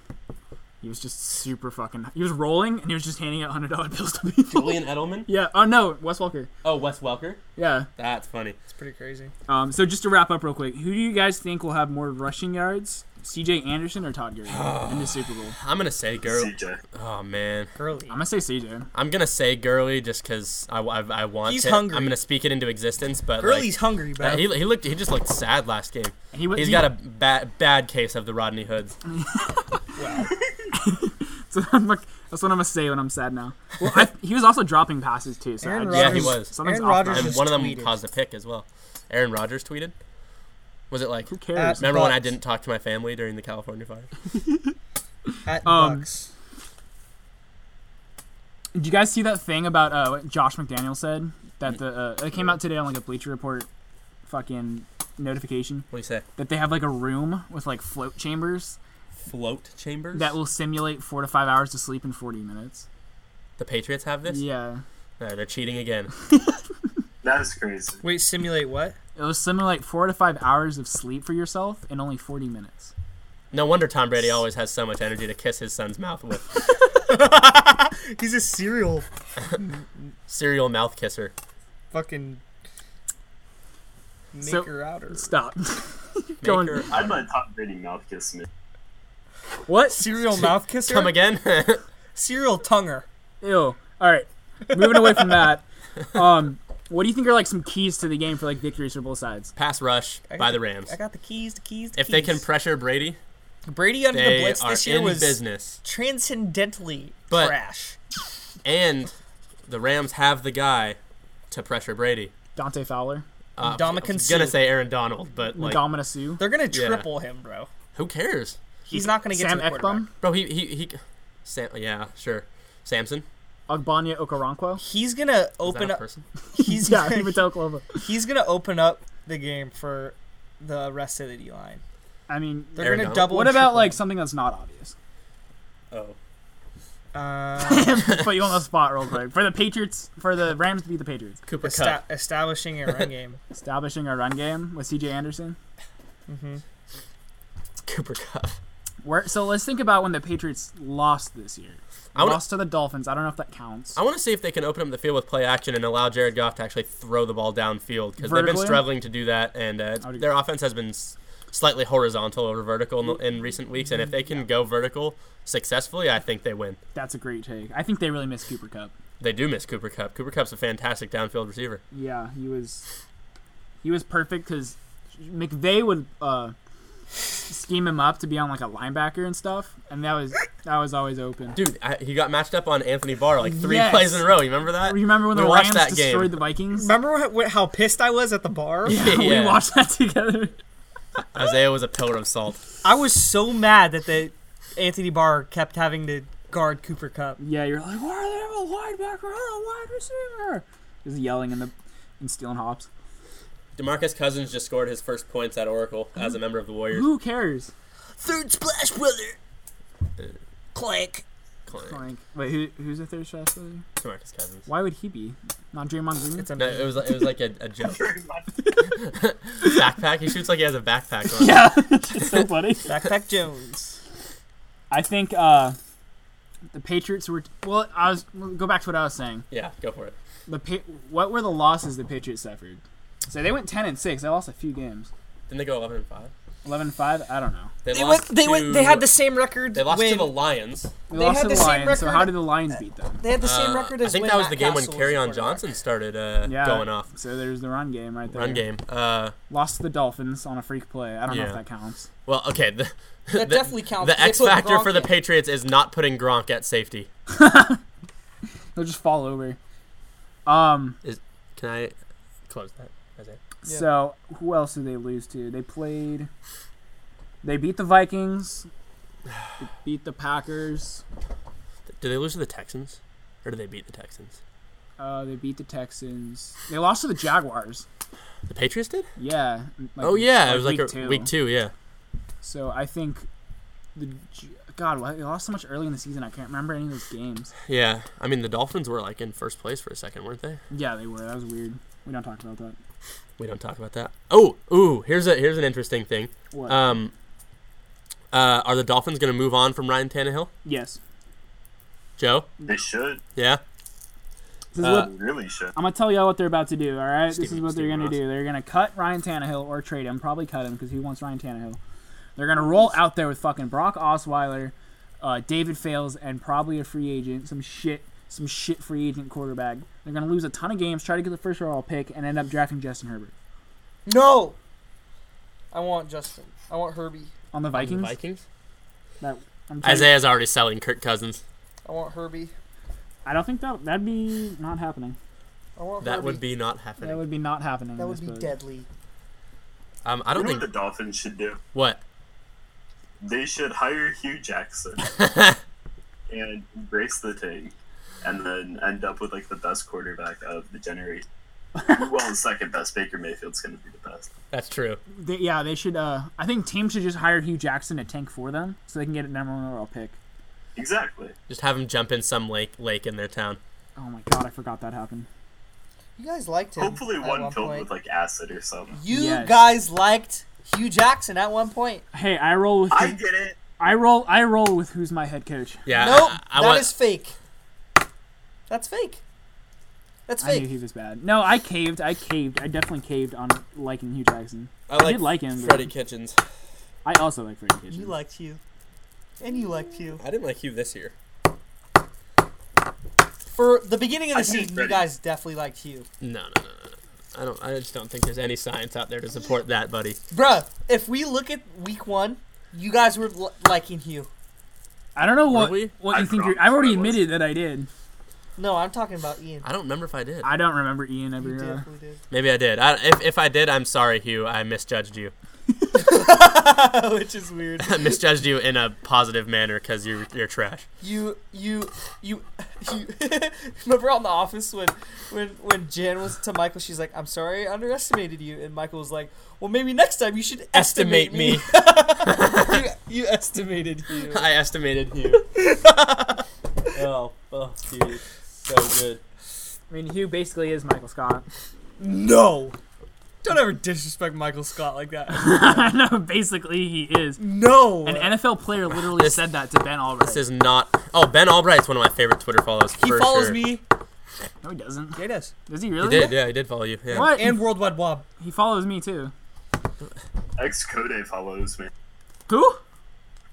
[SPEAKER 3] He was just super fucking. He was rolling and he was just handing out hundred dollar bills to people.
[SPEAKER 2] Julian Edelman?
[SPEAKER 3] Yeah. Oh no, Wes Welker.
[SPEAKER 2] Oh, Wes Welker.
[SPEAKER 3] Yeah.
[SPEAKER 2] That's funny.
[SPEAKER 1] It's pretty crazy.
[SPEAKER 3] Um. So just to wrap up real quick, who do you guys think will have more rushing yards, C.J. Anderson or Todd Gurley in the Super Bowl?
[SPEAKER 2] I'm gonna say Gurley.
[SPEAKER 4] CJ.
[SPEAKER 2] Oh man,
[SPEAKER 1] Gurley.
[SPEAKER 3] I'm gonna say C.J.
[SPEAKER 2] I'm gonna say Gurley just because I, I, I want.
[SPEAKER 1] He's
[SPEAKER 2] it.
[SPEAKER 1] hungry.
[SPEAKER 2] I'm gonna speak it into existence, but
[SPEAKER 1] Gurley's
[SPEAKER 2] like,
[SPEAKER 1] hungry, bro.
[SPEAKER 2] uh, he, he looked. He just looked sad last game.
[SPEAKER 3] He was.
[SPEAKER 2] He's
[SPEAKER 3] he-
[SPEAKER 2] got a bad bad case of the Rodney Hoods.
[SPEAKER 3] So I'm like, that's what I'm gonna say when I'm sad now. Well, I, he was also dropping passes too. So I
[SPEAKER 1] Aaron
[SPEAKER 3] just-
[SPEAKER 2] Yeah, he
[SPEAKER 1] Rodgers-
[SPEAKER 2] was.
[SPEAKER 3] Something's
[SPEAKER 1] Aaron
[SPEAKER 3] off
[SPEAKER 1] Rodgers
[SPEAKER 3] about
[SPEAKER 2] And
[SPEAKER 1] just
[SPEAKER 3] him.
[SPEAKER 2] one of them
[SPEAKER 1] tweeted.
[SPEAKER 2] caused a pick as well. Aaron Rodgers tweeted. Was it like?
[SPEAKER 3] Who cares?
[SPEAKER 1] Uh,
[SPEAKER 2] Remember when I
[SPEAKER 1] Bucks.
[SPEAKER 2] didn't talk to my family during the California fire?
[SPEAKER 1] At
[SPEAKER 3] Um,
[SPEAKER 1] Bucks.
[SPEAKER 3] Did you guys see that thing about uh, what Josh McDaniel said that the uh, it came out today on like a Bleacher Report fucking notification
[SPEAKER 2] What do you say?
[SPEAKER 3] that they have like a room with like float chambers
[SPEAKER 2] Float chambers.
[SPEAKER 3] that will simulate four to five hours of sleep in 40 minutes.
[SPEAKER 2] the Patriots have this.
[SPEAKER 3] Yeah,
[SPEAKER 2] No, they're cheating again.
[SPEAKER 4] That is crazy.
[SPEAKER 1] Wait, simulate what?
[SPEAKER 3] it will simulate four to five hours of sleep for yourself in only 40 minutes.
[SPEAKER 2] No wonder Tom Brady always has so much energy to kiss his son's mouth with.
[SPEAKER 1] He's a serial
[SPEAKER 2] Serial mouth kisser.
[SPEAKER 1] fucking
[SPEAKER 3] So-
[SPEAKER 1] outer.
[SPEAKER 3] Stop. Going-
[SPEAKER 2] Maker.
[SPEAKER 4] I'm a top rating mouth kiss man.
[SPEAKER 1] What? Serial mouth kisser?
[SPEAKER 2] Come again.
[SPEAKER 1] Serial tonguer.
[SPEAKER 3] Ew. All right. Moving away from that. Um, what do you think are like some keys to the game for like victories for both sides?
[SPEAKER 2] Pass rush
[SPEAKER 1] I got
[SPEAKER 2] by the Rams.
[SPEAKER 1] I got the keys, the keys, the
[SPEAKER 2] If they can
[SPEAKER 1] keys.
[SPEAKER 2] pressure Brady,
[SPEAKER 1] Brady under the
[SPEAKER 2] they
[SPEAKER 1] blitz
[SPEAKER 2] are
[SPEAKER 1] this year
[SPEAKER 2] in
[SPEAKER 1] was
[SPEAKER 2] business.
[SPEAKER 1] transcendentally
[SPEAKER 2] But-
[SPEAKER 1] trash.
[SPEAKER 2] And the Rams have the guy to pressure Brady.
[SPEAKER 3] Dante Fowler,
[SPEAKER 2] Uh,
[SPEAKER 1] Ndamukong
[SPEAKER 2] I was
[SPEAKER 1] Suh.
[SPEAKER 2] gonna say Aaron Donald, but like,
[SPEAKER 3] Domina Sue,
[SPEAKER 1] They're gonna
[SPEAKER 2] Yeah.
[SPEAKER 1] triple him, bro.
[SPEAKER 2] who cares?
[SPEAKER 1] He's not gonna get
[SPEAKER 3] Sam
[SPEAKER 1] to the quarterback.
[SPEAKER 3] Ekbom,
[SPEAKER 2] Bro, he he he. Sam, yeah, sure. Samson.
[SPEAKER 3] Ogbanya Okoronkwo.
[SPEAKER 1] He's gonna
[SPEAKER 2] Is that
[SPEAKER 1] open
[SPEAKER 2] a
[SPEAKER 1] up.
[SPEAKER 2] person?
[SPEAKER 1] He's
[SPEAKER 3] Yeah, he
[SPEAKER 1] gonna,
[SPEAKER 3] went to Oklahoma.
[SPEAKER 1] he's gonna open up the game for the rest of the D line.
[SPEAKER 3] I mean,
[SPEAKER 1] They're
[SPEAKER 2] Aaron
[SPEAKER 1] gonna
[SPEAKER 2] Donald?
[SPEAKER 1] double.
[SPEAKER 3] what
[SPEAKER 1] and
[SPEAKER 3] about like
[SPEAKER 1] triple
[SPEAKER 3] something that's not obvious?
[SPEAKER 2] Oh.
[SPEAKER 1] him. Uh,
[SPEAKER 3] Put you on the spot real quick. For the Patriots, for the Rams to beat the Patriots,
[SPEAKER 2] Cooper
[SPEAKER 1] esta-
[SPEAKER 2] Cup.
[SPEAKER 1] establishing a run game?
[SPEAKER 3] establishing a run game with C.J. Anderson.
[SPEAKER 1] Mm-hmm.
[SPEAKER 2] Cooper Cup.
[SPEAKER 3] Where, so let's think about when the Patriots lost this year.
[SPEAKER 2] I wanna-
[SPEAKER 3] lost to the Dolphins. I don't know if that counts.
[SPEAKER 2] I want to see if they can open up the field with play action and allow Jared Goff to actually throw the ball downfield because they've been
[SPEAKER 3] Vertically?
[SPEAKER 2] struggling to do that, and uh,
[SPEAKER 3] would
[SPEAKER 2] their offense has been s- slightly horizontal over vertical in, the, in recent weeks. And if they can go vertical successfully, I think they win.
[SPEAKER 3] That's a great take. I think they really missed Cooper Cup.
[SPEAKER 2] They do miss Cooper Cup. Cooper Cup's a fantastic downfield receiver.
[SPEAKER 3] Yeah, he was he was perfect because McVay would uh, scheme him up to be on like a linebacker and stuff, and that was that was always open.
[SPEAKER 2] Dude, I, he got matched up on Anthony Barr like three
[SPEAKER 3] Yes.
[SPEAKER 2] plays in a row. You remember that?
[SPEAKER 3] You remember when
[SPEAKER 2] we
[SPEAKER 3] the
[SPEAKER 2] watched
[SPEAKER 3] Rams
[SPEAKER 2] that
[SPEAKER 3] destroyed
[SPEAKER 2] game.
[SPEAKER 3] the Vikings?
[SPEAKER 1] Remember wh- wh- how pissed I was at the bar?
[SPEAKER 2] Yeah.
[SPEAKER 3] we watched that together.
[SPEAKER 2] Isaiah was a pillar of salt.
[SPEAKER 1] I was so mad that the Anthony Barr kept having to guard Cooper Cup.
[SPEAKER 3] Yeah, you're like, why are they have a linebacker and a wide receiver? Just yelling in the and stealing hops.
[SPEAKER 2] Demarcus Cousins just scored his first points at Oracle as a member of the Warriors.
[SPEAKER 3] Who cares?
[SPEAKER 1] Third splash, brother. Clank.
[SPEAKER 2] Definitely.
[SPEAKER 3] Frank. Wait, who, who's the third shot there?
[SPEAKER 2] Demarcus Cousins.
[SPEAKER 3] Why would he be? Not Draymond Green?
[SPEAKER 1] It's
[SPEAKER 2] No,
[SPEAKER 1] amazing.
[SPEAKER 2] it was it was like a, a joke
[SPEAKER 4] Draymond.
[SPEAKER 2] backpack. He shoots like he has a backpack on.
[SPEAKER 3] yeah, it's so funny.
[SPEAKER 1] Backpack Jones.
[SPEAKER 3] I think uh, the Patriots were. Well, I was we'll go back to what I was saying.
[SPEAKER 2] Yeah, go for it.
[SPEAKER 3] The pa- what were the losses the Patriots suffered? So they went ten and six. They lost a few games.
[SPEAKER 2] Didn't they go eleven and five?
[SPEAKER 3] 11-5? I don't know.
[SPEAKER 1] They went. They went. They had the same record.
[SPEAKER 2] They lost
[SPEAKER 1] when,
[SPEAKER 2] to the Lions.
[SPEAKER 3] They,
[SPEAKER 1] They
[SPEAKER 3] lost
[SPEAKER 1] had
[SPEAKER 3] to the,
[SPEAKER 1] the same
[SPEAKER 3] Lions. So
[SPEAKER 1] record-
[SPEAKER 3] how did the Lions beat them?
[SPEAKER 1] They had the same
[SPEAKER 2] Uh,
[SPEAKER 1] record as.
[SPEAKER 2] I think
[SPEAKER 1] when
[SPEAKER 2] that was
[SPEAKER 1] Matt
[SPEAKER 2] the game when
[SPEAKER 1] Castle was the
[SPEAKER 2] Carryon
[SPEAKER 1] quarterback.
[SPEAKER 2] Johnson started uh,
[SPEAKER 3] Yeah.
[SPEAKER 2] going off.
[SPEAKER 3] So there's the run game right there.
[SPEAKER 2] Run game. Uh,
[SPEAKER 3] Lost to the Dolphins on a freak play. I don't know
[SPEAKER 2] Yeah.
[SPEAKER 3] if that counts.
[SPEAKER 2] well, okay. The,
[SPEAKER 1] That definitely counts.
[SPEAKER 2] The
[SPEAKER 1] They
[SPEAKER 2] X
[SPEAKER 1] put
[SPEAKER 2] factor for
[SPEAKER 1] Gronk
[SPEAKER 2] the
[SPEAKER 1] in.
[SPEAKER 2] Patriots is not putting Gronk at safety.
[SPEAKER 3] They'll just fall over. Um.
[SPEAKER 2] Can I close that? Isaiah?
[SPEAKER 1] Yeah.
[SPEAKER 3] So who else did they lose to? They played. They beat the Vikings. They beat the Packers.
[SPEAKER 2] Did they lose to the Texans, or did they beat the Texans?
[SPEAKER 3] Uh, they beat the Texans. They lost to the Jaguars.
[SPEAKER 2] The Patriots did.
[SPEAKER 3] Yeah. like-
[SPEAKER 2] oh yeah, it was like
[SPEAKER 3] week
[SPEAKER 2] a, week two. Yeah,
[SPEAKER 3] So I think the J- God, why- they lost so much early in the season. I can't remember any of those games.
[SPEAKER 2] yeah. I mean, the Dolphins were like in first place for a second, weren't they?
[SPEAKER 3] Yeah, they were. That was weird. We don't talk about that.
[SPEAKER 2] We don't talk about that. Oh, ooh, here's a here's an interesting thing.
[SPEAKER 3] What?
[SPEAKER 2] Um, uh, are the Dolphins going to move on from Ryan Tannehill?
[SPEAKER 3] yes.
[SPEAKER 2] Joe,
[SPEAKER 4] They should.
[SPEAKER 2] yeah.
[SPEAKER 3] This is
[SPEAKER 2] uh,
[SPEAKER 3] what,
[SPEAKER 4] They really should.
[SPEAKER 3] I'm gonna tell y'all what they're about to do. All right, this
[SPEAKER 2] Steven-
[SPEAKER 3] is what they're
[SPEAKER 2] Steven
[SPEAKER 3] gonna
[SPEAKER 2] Ross.
[SPEAKER 3] do. They're gonna cut Ryan Tannehill or trade him. Probably cut him because he wants Ryan Tannehill. They're gonna roll out there with fucking Brock Osweiler, uh, David Fales, and probably a free agent, some shit, some shit free agent quarterback. They're gonna lose a ton of games, try to get the first overall pick, and end up drafting Justin Herbert
[SPEAKER 1] No. I want Justin. I want Herbie.
[SPEAKER 3] on the Vikings.
[SPEAKER 2] Vikings.
[SPEAKER 3] That, I'm telling you-
[SPEAKER 2] Isaiah's already selling Kirk Cousins.
[SPEAKER 1] I want Herbie.
[SPEAKER 3] I don't think that that'd be not happening.
[SPEAKER 1] I want
[SPEAKER 2] That
[SPEAKER 1] Herbie.
[SPEAKER 2] would Oh, be not
[SPEAKER 3] That
[SPEAKER 2] happening.
[SPEAKER 3] would be not happening.
[SPEAKER 1] That
[SPEAKER 3] I
[SPEAKER 1] would be
[SPEAKER 3] suppose.
[SPEAKER 1] deadly.
[SPEAKER 2] Um, I
[SPEAKER 4] You
[SPEAKER 2] don't
[SPEAKER 4] know what
[SPEAKER 2] think
[SPEAKER 4] the Dolphins should do?
[SPEAKER 2] what.
[SPEAKER 4] They should hire Hugh Jackson and embrace the thing, and then end up with like the best quarterback of the generation. well, the second best. Baker Mayfield's going to be the best.
[SPEAKER 2] That's true.
[SPEAKER 3] They, yeah, they should. Uh, I think teams should just hire Hugh Jackson to tank for them, so they can get a number one overall pick.
[SPEAKER 4] Exactly.
[SPEAKER 2] Just have him jump in some lake lake in their town.
[SPEAKER 3] Oh my god, I forgot that happened.
[SPEAKER 1] You guys liked him.
[SPEAKER 4] Hopefully,
[SPEAKER 1] at
[SPEAKER 4] one filled
[SPEAKER 1] point.
[SPEAKER 4] with like acid or something.
[SPEAKER 1] You
[SPEAKER 3] Yes.
[SPEAKER 1] guys liked Hugh Jackson at one point.
[SPEAKER 3] Hey, I roll with
[SPEAKER 4] I
[SPEAKER 3] who-
[SPEAKER 4] get it.
[SPEAKER 3] I roll I roll with who's my head coach.
[SPEAKER 2] Yeah.
[SPEAKER 1] nope, that is
[SPEAKER 2] I, I want,
[SPEAKER 1] fake. That's fake. That's
[SPEAKER 3] I knew
[SPEAKER 1] fake.
[SPEAKER 3] he was bad. No, I caved. I caved. I definitely caved on liking Hugh Jackson.
[SPEAKER 2] I
[SPEAKER 3] did like him, but-
[SPEAKER 2] Freddie Kitchens.
[SPEAKER 3] I also like Freddie Kitchens.
[SPEAKER 1] You liked Hugh, and you liked Hugh
[SPEAKER 2] I didn't like you this year.
[SPEAKER 1] for the beginning of the
[SPEAKER 4] I think
[SPEAKER 1] season. You
[SPEAKER 4] Freddie-
[SPEAKER 1] guys definitely liked Hugh,
[SPEAKER 2] No, no, no, no, no. I don't. I just don't think there's any science out there to support that, buddy.
[SPEAKER 1] bruh. If we look at week one, you guys were l- liking Hugh.
[SPEAKER 3] I don't know what
[SPEAKER 2] we?
[SPEAKER 3] what you
[SPEAKER 4] I
[SPEAKER 3] think. You're,
[SPEAKER 4] promise
[SPEAKER 3] I've already
[SPEAKER 4] I was.
[SPEAKER 3] admitted that I did.
[SPEAKER 1] No, I'm talking about Ian.
[SPEAKER 2] I don't remember if I did.
[SPEAKER 3] I don't remember Ian
[SPEAKER 1] You
[SPEAKER 3] ever. Uh,
[SPEAKER 1] definitely did.
[SPEAKER 2] Maybe I did. I, if if I did, I'm sorry, Hugh. I misjudged you.
[SPEAKER 1] Which is weird.
[SPEAKER 2] I misjudged you in a positive manner because you're you're trash.
[SPEAKER 1] You, you, you, you. remember on The Office when, when, when Jan was to Michael, she's like, "I'm sorry, I underestimated you," and Michael was like, "Well, maybe next time you should estimate,
[SPEAKER 2] Estimate
[SPEAKER 1] me."
[SPEAKER 2] me.
[SPEAKER 1] you, you estimated you.
[SPEAKER 2] I estimated you. oh, fuck you. So good.
[SPEAKER 3] I mean, Hugh basically is Michael Scott.
[SPEAKER 1] No. Don't ever disrespect Michael Scott like that.
[SPEAKER 3] no, basically he is.
[SPEAKER 1] No.
[SPEAKER 3] An NFL player literally
[SPEAKER 2] This-
[SPEAKER 3] said that to Ben Albright.
[SPEAKER 2] This is not. Oh, Ben Albright's one of my favorite Twitter follows.
[SPEAKER 1] he
[SPEAKER 2] for
[SPEAKER 1] follows
[SPEAKER 2] sure.
[SPEAKER 1] me.
[SPEAKER 3] no, he doesn't.
[SPEAKER 1] Yeah, he does.
[SPEAKER 3] Does he
[SPEAKER 2] He
[SPEAKER 3] really?
[SPEAKER 2] did. Yeah, he did follow you. Yeah.
[SPEAKER 3] What?
[SPEAKER 1] And Worldwide Wob.
[SPEAKER 3] he follows me too.
[SPEAKER 4] Ex Code follows me.
[SPEAKER 3] Who?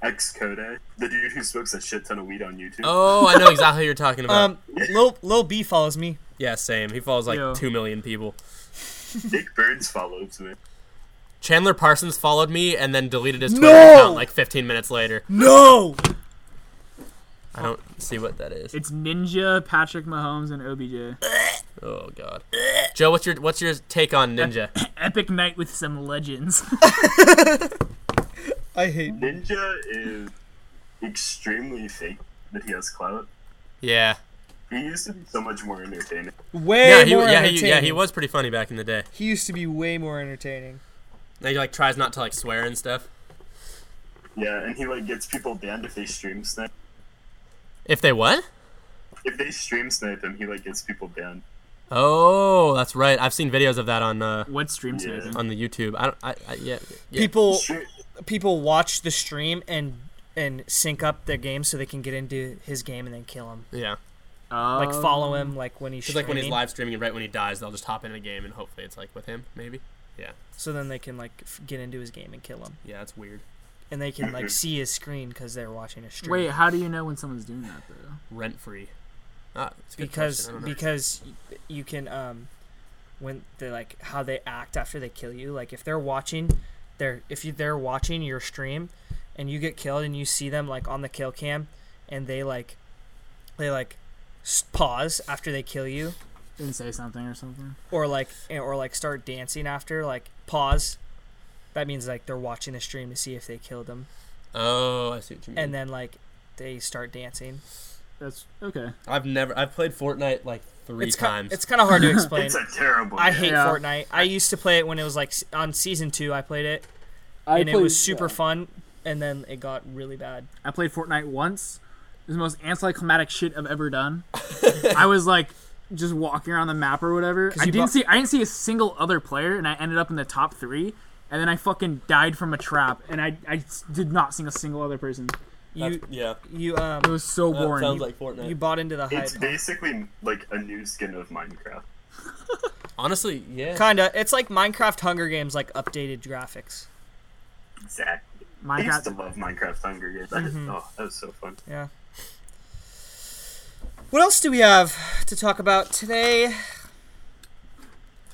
[SPEAKER 4] Ex Code, the dude who smokes a shit ton of weed on YouTube.
[SPEAKER 2] Oh, I know exactly who you're talking about.
[SPEAKER 1] Um, Lil, Lil B follows me.
[SPEAKER 2] yeah, same. He follows like
[SPEAKER 3] Yo.
[SPEAKER 2] two million people.
[SPEAKER 4] Nick Burns follows me.
[SPEAKER 2] Chandler Parsons followed me and then deleted his Twitter
[SPEAKER 1] No!
[SPEAKER 2] account like 15 minutes later.
[SPEAKER 1] No.
[SPEAKER 2] I don't see what that is.
[SPEAKER 3] It's Ninja, Patrick Mahomes, and OBJ.
[SPEAKER 2] Oh God, Joe, what's your what's your take on Ninja?
[SPEAKER 3] Epic night with some legends.
[SPEAKER 1] I hate.
[SPEAKER 4] Ninja is extremely fake, but he has clout.
[SPEAKER 2] yeah,
[SPEAKER 4] He used to be so much more entertaining.
[SPEAKER 1] Way
[SPEAKER 2] yeah, he,
[SPEAKER 1] more
[SPEAKER 2] yeah,
[SPEAKER 1] entertaining.
[SPEAKER 2] he, yeah, he was pretty funny back in the day.
[SPEAKER 1] He used to be way more entertaining.
[SPEAKER 2] Now he like tries not to like swear and stuff.
[SPEAKER 4] Yeah, and he like gets people banned if they stream snap.
[SPEAKER 2] If they what?
[SPEAKER 4] If they stream snipe him, he like gets people banned.
[SPEAKER 2] Oh, that's right. I've seen videos of that on uh,
[SPEAKER 3] What stream
[SPEAKER 4] Yeah.
[SPEAKER 3] sniping?
[SPEAKER 2] on the YouTube. I don't. I, I yeah. yeah.
[SPEAKER 1] People
[SPEAKER 4] Stre-
[SPEAKER 1] people watch the stream and and sync up their game so they can get into his game and then kill him.
[SPEAKER 2] Yeah.
[SPEAKER 1] Like
[SPEAKER 3] Um,
[SPEAKER 1] follow
[SPEAKER 2] Oh.
[SPEAKER 1] him like when he's
[SPEAKER 2] Because like when he's
[SPEAKER 1] streaming,
[SPEAKER 2] live streaming and right when he dies, they'll just hop in a game and hopefully it's like with him maybe. Yeah.
[SPEAKER 1] so then they can like f- get into his game and kill him,
[SPEAKER 2] Yeah, that's weird.
[SPEAKER 1] and they can like see his screen because they're watching a stream.
[SPEAKER 3] Wait, how do you know when someone's doing that though?
[SPEAKER 2] Rent free. Ah, it's a good
[SPEAKER 1] because
[SPEAKER 2] question. I don't know.
[SPEAKER 1] because y- you can um when they like how they act after they kill you like if they're watching they're if you they're watching your stream and you get killed and you see them like on the kill cam and they like they like s- pause after they kill you
[SPEAKER 3] Didn't say something or something.
[SPEAKER 1] or like and- or like start dancing after like pause that means like they're watching the stream to see if they killed them
[SPEAKER 2] Oh, I see
[SPEAKER 3] Hmm.
[SPEAKER 2] what you mean.
[SPEAKER 1] and then like they start dancing
[SPEAKER 3] That's okay.
[SPEAKER 2] I've never. I've played Fortnite like three
[SPEAKER 1] it's ki-
[SPEAKER 2] times.
[SPEAKER 1] it's kind of hard to explain
[SPEAKER 4] it's a terrible.
[SPEAKER 1] I
[SPEAKER 4] game.
[SPEAKER 1] hate
[SPEAKER 3] Yeah.
[SPEAKER 1] Fortnite. I used to play it when it was like s- on season two. I played it
[SPEAKER 3] I
[SPEAKER 1] and it was super fun, and then it got really bad.
[SPEAKER 3] I played Fortnite once. It was the most anticlimactic shit I've ever done. I was like just walking around the map or whatever. I
[SPEAKER 1] you
[SPEAKER 3] didn't
[SPEAKER 1] bought-
[SPEAKER 3] see I didn't see a single other player, and I ended up in the top three. And then I fucking died from a trap, and I, I s- did not see a single other person.
[SPEAKER 1] You
[SPEAKER 2] yeah.
[SPEAKER 1] you
[SPEAKER 3] It
[SPEAKER 1] um
[SPEAKER 3] was so boring.
[SPEAKER 2] sounds like Fortnite.
[SPEAKER 1] you bought into the hype.
[SPEAKER 4] It's basically like a new skin of Minecraft.
[SPEAKER 2] Honestly, yeah.
[SPEAKER 1] Kinda. It's like Minecraft Hunger Games, like updated graphics.
[SPEAKER 4] Exactly. I used to
[SPEAKER 3] Minecraft.
[SPEAKER 4] love Minecraft Hunger Games. I
[SPEAKER 1] Mm-hmm.
[SPEAKER 4] just- oh, that was so fun.
[SPEAKER 1] Yeah. What else do we have to talk about today?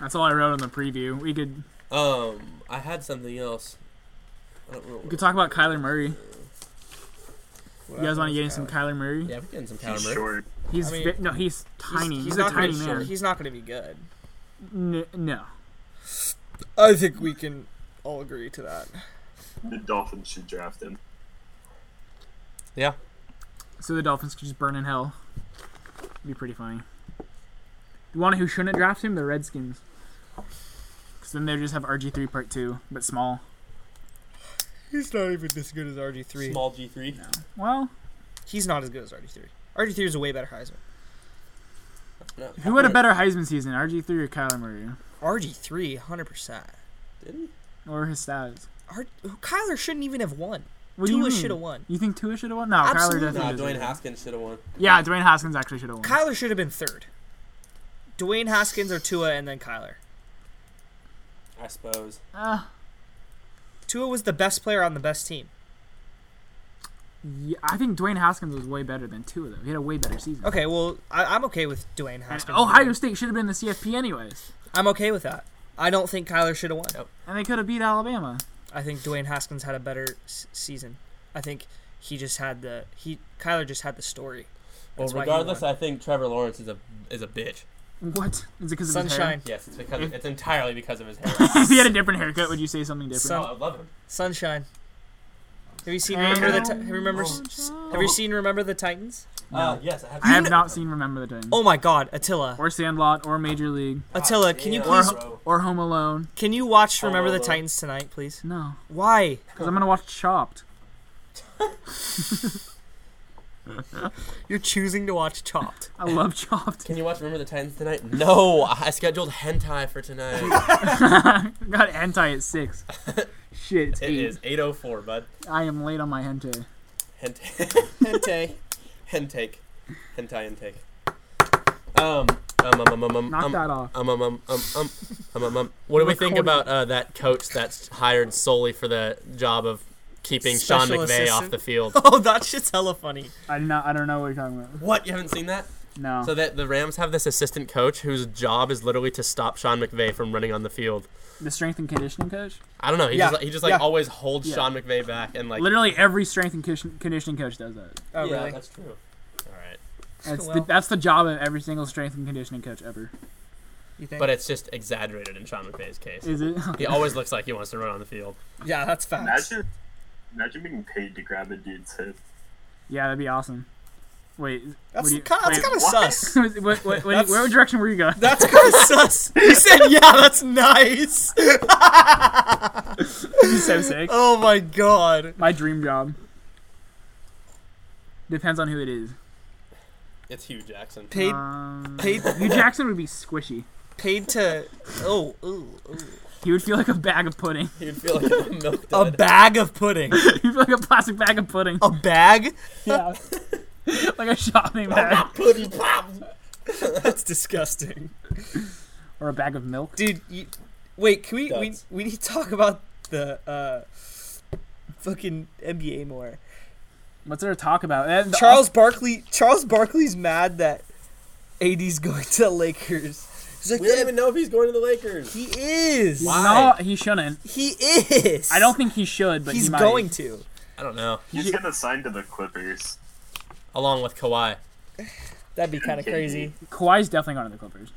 [SPEAKER 3] That's all I wrote in the preview. We could
[SPEAKER 2] Um, I had something else. I don't
[SPEAKER 3] we
[SPEAKER 2] remember.
[SPEAKER 3] could talk about Kyler Murray. You guys want to get in some Kyler Murray?
[SPEAKER 2] Yeah, we're getting some
[SPEAKER 4] He's
[SPEAKER 2] Kyler Murray.
[SPEAKER 4] short.
[SPEAKER 3] He's
[SPEAKER 1] I mean,
[SPEAKER 3] ve- no, he's tiny. He's,
[SPEAKER 1] He's, he's
[SPEAKER 3] a
[SPEAKER 1] not gonna
[SPEAKER 3] tiny
[SPEAKER 1] be,
[SPEAKER 3] man.
[SPEAKER 1] He's not going to be good.
[SPEAKER 3] N- no,
[SPEAKER 1] I think we can all agree to that.
[SPEAKER 4] The Dolphins should draft him.
[SPEAKER 2] Yeah.
[SPEAKER 3] so the Dolphins could just burn in hell. Be pretty funny. You want to who shouldn't draft him? The Redskins. Because then they just have RG three part two, but small.
[SPEAKER 1] He's not even as good as RG three.
[SPEAKER 2] Small G three.
[SPEAKER 3] Well,
[SPEAKER 1] He's not as good as RG three. RG three is a way better Heisman.
[SPEAKER 2] No,
[SPEAKER 3] who had a better Heisman season, RG three or Kyler Murray,
[SPEAKER 1] RG3, 100%.
[SPEAKER 2] Didn't
[SPEAKER 3] or his stats?
[SPEAKER 1] R- Kyler shouldn't even have won.
[SPEAKER 3] What do you
[SPEAKER 1] Tua
[SPEAKER 3] mean?
[SPEAKER 1] should have won.
[SPEAKER 3] You think Tua should have won? No,
[SPEAKER 1] Absolutely
[SPEAKER 3] Kyler
[SPEAKER 2] he?
[SPEAKER 3] definitely.
[SPEAKER 2] Nah,
[SPEAKER 3] doesn't.
[SPEAKER 2] Dwayne Haskins should have won.
[SPEAKER 3] yeah, Dwayne Haskins actually should have won.
[SPEAKER 1] Kyler should have been third. Dwayne Haskins or Tua, and then Kyler.
[SPEAKER 2] I suppose.
[SPEAKER 3] Uh,
[SPEAKER 1] Tua was the best player on the best team.
[SPEAKER 3] yeah, I think Dwayne Haskins was way better than Tua though. He had a way better season.
[SPEAKER 1] Okay, well, I, I'm okay with Dwayne
[SPEAKER 3] And
[SPEAKER 1] Haskins.
[SPEAKER 3] Ohio State should have been in the CFP anyways,
[SPEAKER 1] I'm okay with that. I don't think Kyler should have won.
[SPEAKER 3] and they could have beat Alabama.
[SPEAKER 1] I think Dwayne Haskins had a better s- season. I think he just had the he Kyler just had the story.
[SPEAKER 2] Well,
[SPEAKER 1] That's why he
[SPEAKER 2] regardless,
[SPEAKER 1] won.
[SPEAKER 2] I think Trevor Lawrence is a is a bitch.
[SPEAKER 3] What is it? Because of his hair?
[SPEAKER 1] Sunshine,
[SPEAKER 2] Yes, it's because it's entirely because of his hair.
[SPEAKER 3] if he had a different haircut, would you say something different?
[SPEAKER 1] Sun-
[SPEAKER 2] I love him.
[SPEAKER 1] sunshine. Have you seen remember the Ti- remember s- Have you seen remember the Titans?
[SPEAKER 2] Uh, yes, I have.
[SPEAKER 3] I have not seen Remember the Titans.
[SPEAKER 1] Oh my God, Attila.
[SPEAKER 3] Or Sandlot, or Major League,
[SPEAKER 2] Ah,
[SPEAKER 1] Attila, can you
[SPEAKER 2] Yeah.
[SPEAKER 1] please
[SPEAKER 2] Or-
[SPEAKER 3] or Home Alone.
[SPEAKER 1] can you watch Remember the
[SPEAKER 2] Hello.
[SPEAKER 1] Titans tonight, please?
[SPEAKER 3] No,
[SPEAKER 1] Why?
[SPEAKER 3] because I'm gonna watch Chopped.
[SPEAKER 1] You're choosing to watch Chopped.
[SPEAKER 3] I love Chopped.
[SPEAKER 2] Can you watch Remember the Titans tonight? No, I scheduled hentai for tonight.
[SPEAKER 3] Got hentai at six. Shit, it's
[SPEAKER 2] it
[SPEAKER 3] eight.
[SPEAKER 2] is 8:04, bud.
[SPEAKER 3] I am late on my hentai.
[SPEAKER 2] Hentai.
[SPEAKER 1] Hente.
[SPEAKER 2] Hentake. Hentai intake. Um, um, um, um, um, um,
[SPEAKER 3] Knock
[SPEAKER 2] um,
[SPEAKER 3] that off.
[SPEAKER 2] Um, um, um, um, um, um, um, um. What do we think
[SPEAKER 3] Recording.
[SPEAKER 2] about uh, that coach that's hired solely for the job of keeping Sean
[SPEAKER 1] Special
[SPEAKER 2] McVay off
[SPEAKER 1] assistant.
[SPEAKER 2] the field?
[SPEAKER 1] Oh, that shit's hella funny.
[SPEAKER 3] I do not. I don't know what you're talking about.
[SPEAKER 2] what? You haven't seen that?
[SPEAKER 3] No.
[SPEAKER 2] So that the Rams have this assistant coach whose job is literally to stop Sean McVay from running on the field.
[SPEAKER 3] the strength and conditioning coach.
[SPEAKER 2] I don't know. He
[SPEAKER 1] Yeah.
[SPEAKER 2] just like, he just like
[SPEAKER 1] Yeah.
[SPEAKER 2] always holds
[SPEAKER 3] Yeah.
[SPEAKER 2] Sean McVay back and like.
[SPEAKER 3] Literally every strength and condition- conditioning coach does that.
[SPEAKER 1] Oh,
[SPEAKER 2] yeah,
[SPEAKER 1] really?
[SPEAKER 2] that's true. All right.
[SPEAKER 3] That's
[SPEAKER 1] Well.
[SPEAKER 3] the, that's the job of every single strength and conditioning coach ever.
[SPEAKER 1] You think?
[SPEAKER 2] But it's just exaggerated in Sean McVay's case.
[SPEAKER 3] Is it?
[SPEAKER 2] He always looks like he wants to run on the field.
[SPEAKER 1] yeah, that's facts.
[SPEAKER 4] Imagine, imagine being paid to grab a dude's hip.
[SPEAKER 3] yeah, that'd be awesome. Wait. what
[SPEAKER 1] That's,
[SPEAKER 3] do you-
[SPEAKER 1] ki- that's
[SPEAKER 3] wait,
[SPEAKER 1] kind of
[SPEAKER 4] what?
[SPEAKER 1] sus.
[SPEAKER 3] what, what, what,
[SPEAKER 1] That's-
[SPEAKER 3] where direction were you going?
[SPEAKER 1] That's kind of sus. You said, yeah, that's nice.
[SPEAKER 3] so sick.
[SPEAKER 1] Oh my god.
[SPEAKER 3] My dream job. Depends on who it is.
[SPEAKER 2] It's Hugh Jackson.
[SPEAKER 1] Paid,
[SPEAKER 3] Um,
[SPEAKER 1] paid,
[SPEAKER 3] Hugh Jackson would be squishy.
[SPEAKER 1] paid to. Oh, ooh, ooh.
[SPEAKER 3] He would feel like a bag of pudding.
[SPEAKER 2] You'd feel like a milk
[SPEAKER 1] a bag of pudding.
[SPEAKER 3] He'd feel like a plastic bag of pudding.
[SPEAKER 1] A bag?
[SPEAKER 3] Yeah. like a
[SPEAKER 1] Oh,
[SPEAKER 3] shopping bag.
[SPEAKER 2] pudding pop.
[SPEAKER 1] That's disgusting,
[SPEAKER 3] Or a bag of milk.
[SPEAKER 1] dude. You, wait, can we, we
[SPEAKER 2] That's-
[SPEAKER 1] we need to talk about the uh, fucking NBA more?
[SPEAKER 3] What's there to talk about? And the-
[SPEAKER 1] Charles Barkley. Charles Barkley's mad that AD's going to the Lakers. He's like,
[SPEAKER 2] We don't even know if he's going to the Lakers.
[SPEAKER 1] he is.
[SPEAKER 2] Why?
[SPEAKER 3] No, he shouldn't.
[SPEAKER 1] He is.
[SPEAKER 3] I don't think he should, but
[SPEAKER 1] he's
[SPEAKER 3] he might.
[SPEAKER 1] going to.
[SPEAKER 2] I don't know.
[SPEAKER 4] He's gonna sign to the Clippers.
[SPEAKER 2] Along with Kawhi.
[SPEAKER 1] That'd be kind of crazy.
[SPEAKER 3] Kawhi's definitely going to the Clippers.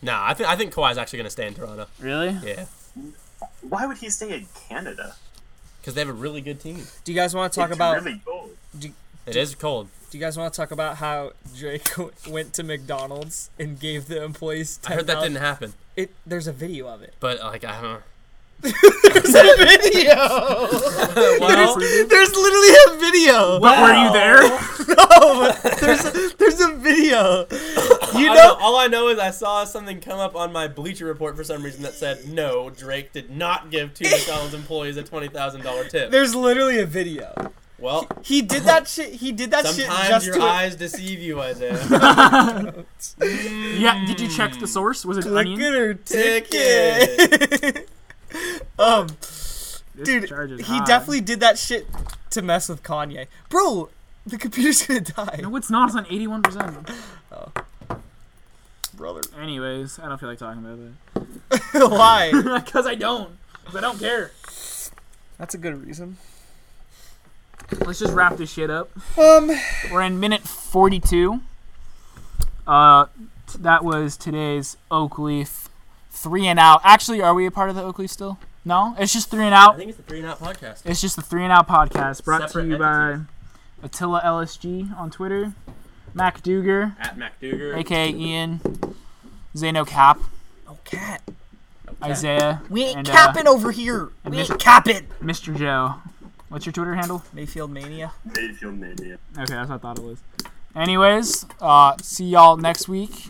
[SPEAKER 2] Nah, I think I think Kawhi's actually going to stay in Toronto.
[SPEAKER 3] Really?
[SPEAKER 2] Yeah,
[SPEAKER 4] Why would he stay in Canada?
[SPEAKER 2] because they have a really good team.
[SPEAKER 1] Do you guys want to talk
[SPEAKER 4] it's
[SPEAKER 1] about?
[SPEAKER 4] really cold.
[SPEAKER 2] It is cold.
[SPEAKER 1] Do you guys want to talk about how Drake w- went to McDonald's and gave the employees? 10
[SPEAKER 2] I heard that didn't happen,
[SPEAKER 1] It, there's a video of it.
[SPEAKER 2] but like I don't.
[SPEAKER 1] There's a video.
[SPEAKER 2] Well,
[SPEAKER 1] there's literally a video.
[SPEAKER 3] But were you there?
[SPEAKER 1] Oh. No, there's a, there's a video. You know,
[SPEAKER 2] I know, all I know is I saw something come up on my Bleacher Report for some reason that said no, Drake did not give two McDonald's employees a twenty thousand dollar tip.
[SPEAKER 1] there's literally a video.
[SPEAKER 2] Well,
[SPEAKER 1] He did that shit. He did that shit
[SPEAKER 2] sometimes
[SPEAKER 1] just
[SPEAKER 2] your
[SPEAKER 1] to
[SPEAKER 2] eyes deceive you, Isaiah.
[SPEAKER 3] yeah. Did you check the source? Was it
[SPEAKER 1] Look
[SPEAKER 3] onion?
[SPEAKER 1] at her ticket.
[SPEAKER 2] Ticket.
[SPEAKER 1] um,
[SPEAKER 3] This
[SPEAKER 1] dude,
[SPEAKER 3] charge is
[SPEAKER 1] he
[SPEAKER 3] high.
[SPEAKER 1] definitely did that shit to mess with Kanye, bro. The computer's gonna die,
[SPEAKER 3] No, it's not. It's on eighty-one percent.
[SPEAKER 1] brother.
[SPEAKER 3] Anyways, I don't feel like talking about it
[SPEAKER 1] Why?
[SPEAKER 3] because I don't. 'Cause I don't care.
[SPEAKER 1] That's a good reason.
[SPEAKER 3] Let's just wrap this shit up.
[SPEAKER 1] Um,
[SPEAKER 3] We're in minute forty-two. Uh, t- that was today's Oakleaf three and out. Actually, are we a part of the Oakleaf still? No, it's just three and
[SPEAKER 2] I
[SPEAKER 3] out.
[SPEAKER 2] think it's the three and out podcast.
[SPEAKER 3] It's just the three and out podcast brought
[SPEAKER 2] Separate
[SPEAKER 3] to you
[SPEAKER 2] entities.
[SPEAKER 3] by Attila LSG on Twitter, Mac Duger,
[SPEAKER 2] At MacDuger.
[SPEAKER 3] aka Ian, Zeno Cap,
[SPEAKER 1] oh cat,
[SPEAKER 3] Isaiah,
[SPEAKER 1] we ain't
[SPEAKER 3] And, uh,
[SPEAKER 1] capping over here. We
[SPEAKER 3] Mr.
[SPEAKER 1] ain't capping.
[SPEAKER 3] Mr. Joe. What's your Twitter handle?
[SPEAKER 1] Mayfield mania.
[SPEAKER 4] Mayfield mania.
[SPEAKER 3] Okay, that's what I thought it was. Anyways, uh, see y'all next week.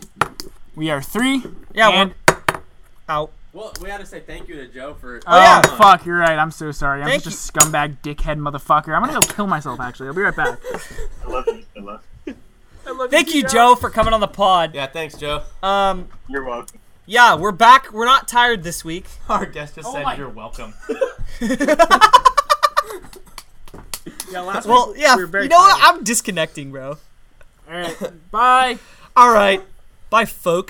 [SPEAKER 3] We are three.
[SPEAKER 1] Yeah,
[SPEAKER 3] and
[SPEAKER 1] we're out.
[SPEAKER 2] Well, we had to say thank you to Joe for.
[SPEAKER 3] oh,
[SPEAKER 1] yeah.
[SPEAKER 3] fuck, you're right. I'm so sorry. I'm
[SPEAKER 1] Thank
[SPEAKER 3] such a scumbag, dickhead, motherfucker. I'm gonna go kill myself. Actually, I'll be right back.
[SPEAKER 4] I love you. I love.
[SPEAKER 1] Thank you, Joe, for coming on the pod.
[SPEAKER 2] Yeah, thanks, Joe.
[SPEAKER 1] Um,
[SPEAKER 4] You. You're welcome.
[SPEAKER 1] yeah, we're back. We're not tired this week.
[SPEAKER 2] Our guest just said
[SPEAKER 3] Oh my-
[SPEAKER 2] you're welcome.
[SPEAKER 3] Yeah, last
[SPEAKER 1] Well, yeah.
[SPEAKER 3] we were very
[SPEAKER 1] you know what? I'm disconnecting, bro.
[SPEAKER 3] All right, bye.
[SPEAKER 1] All right. Bye, folks.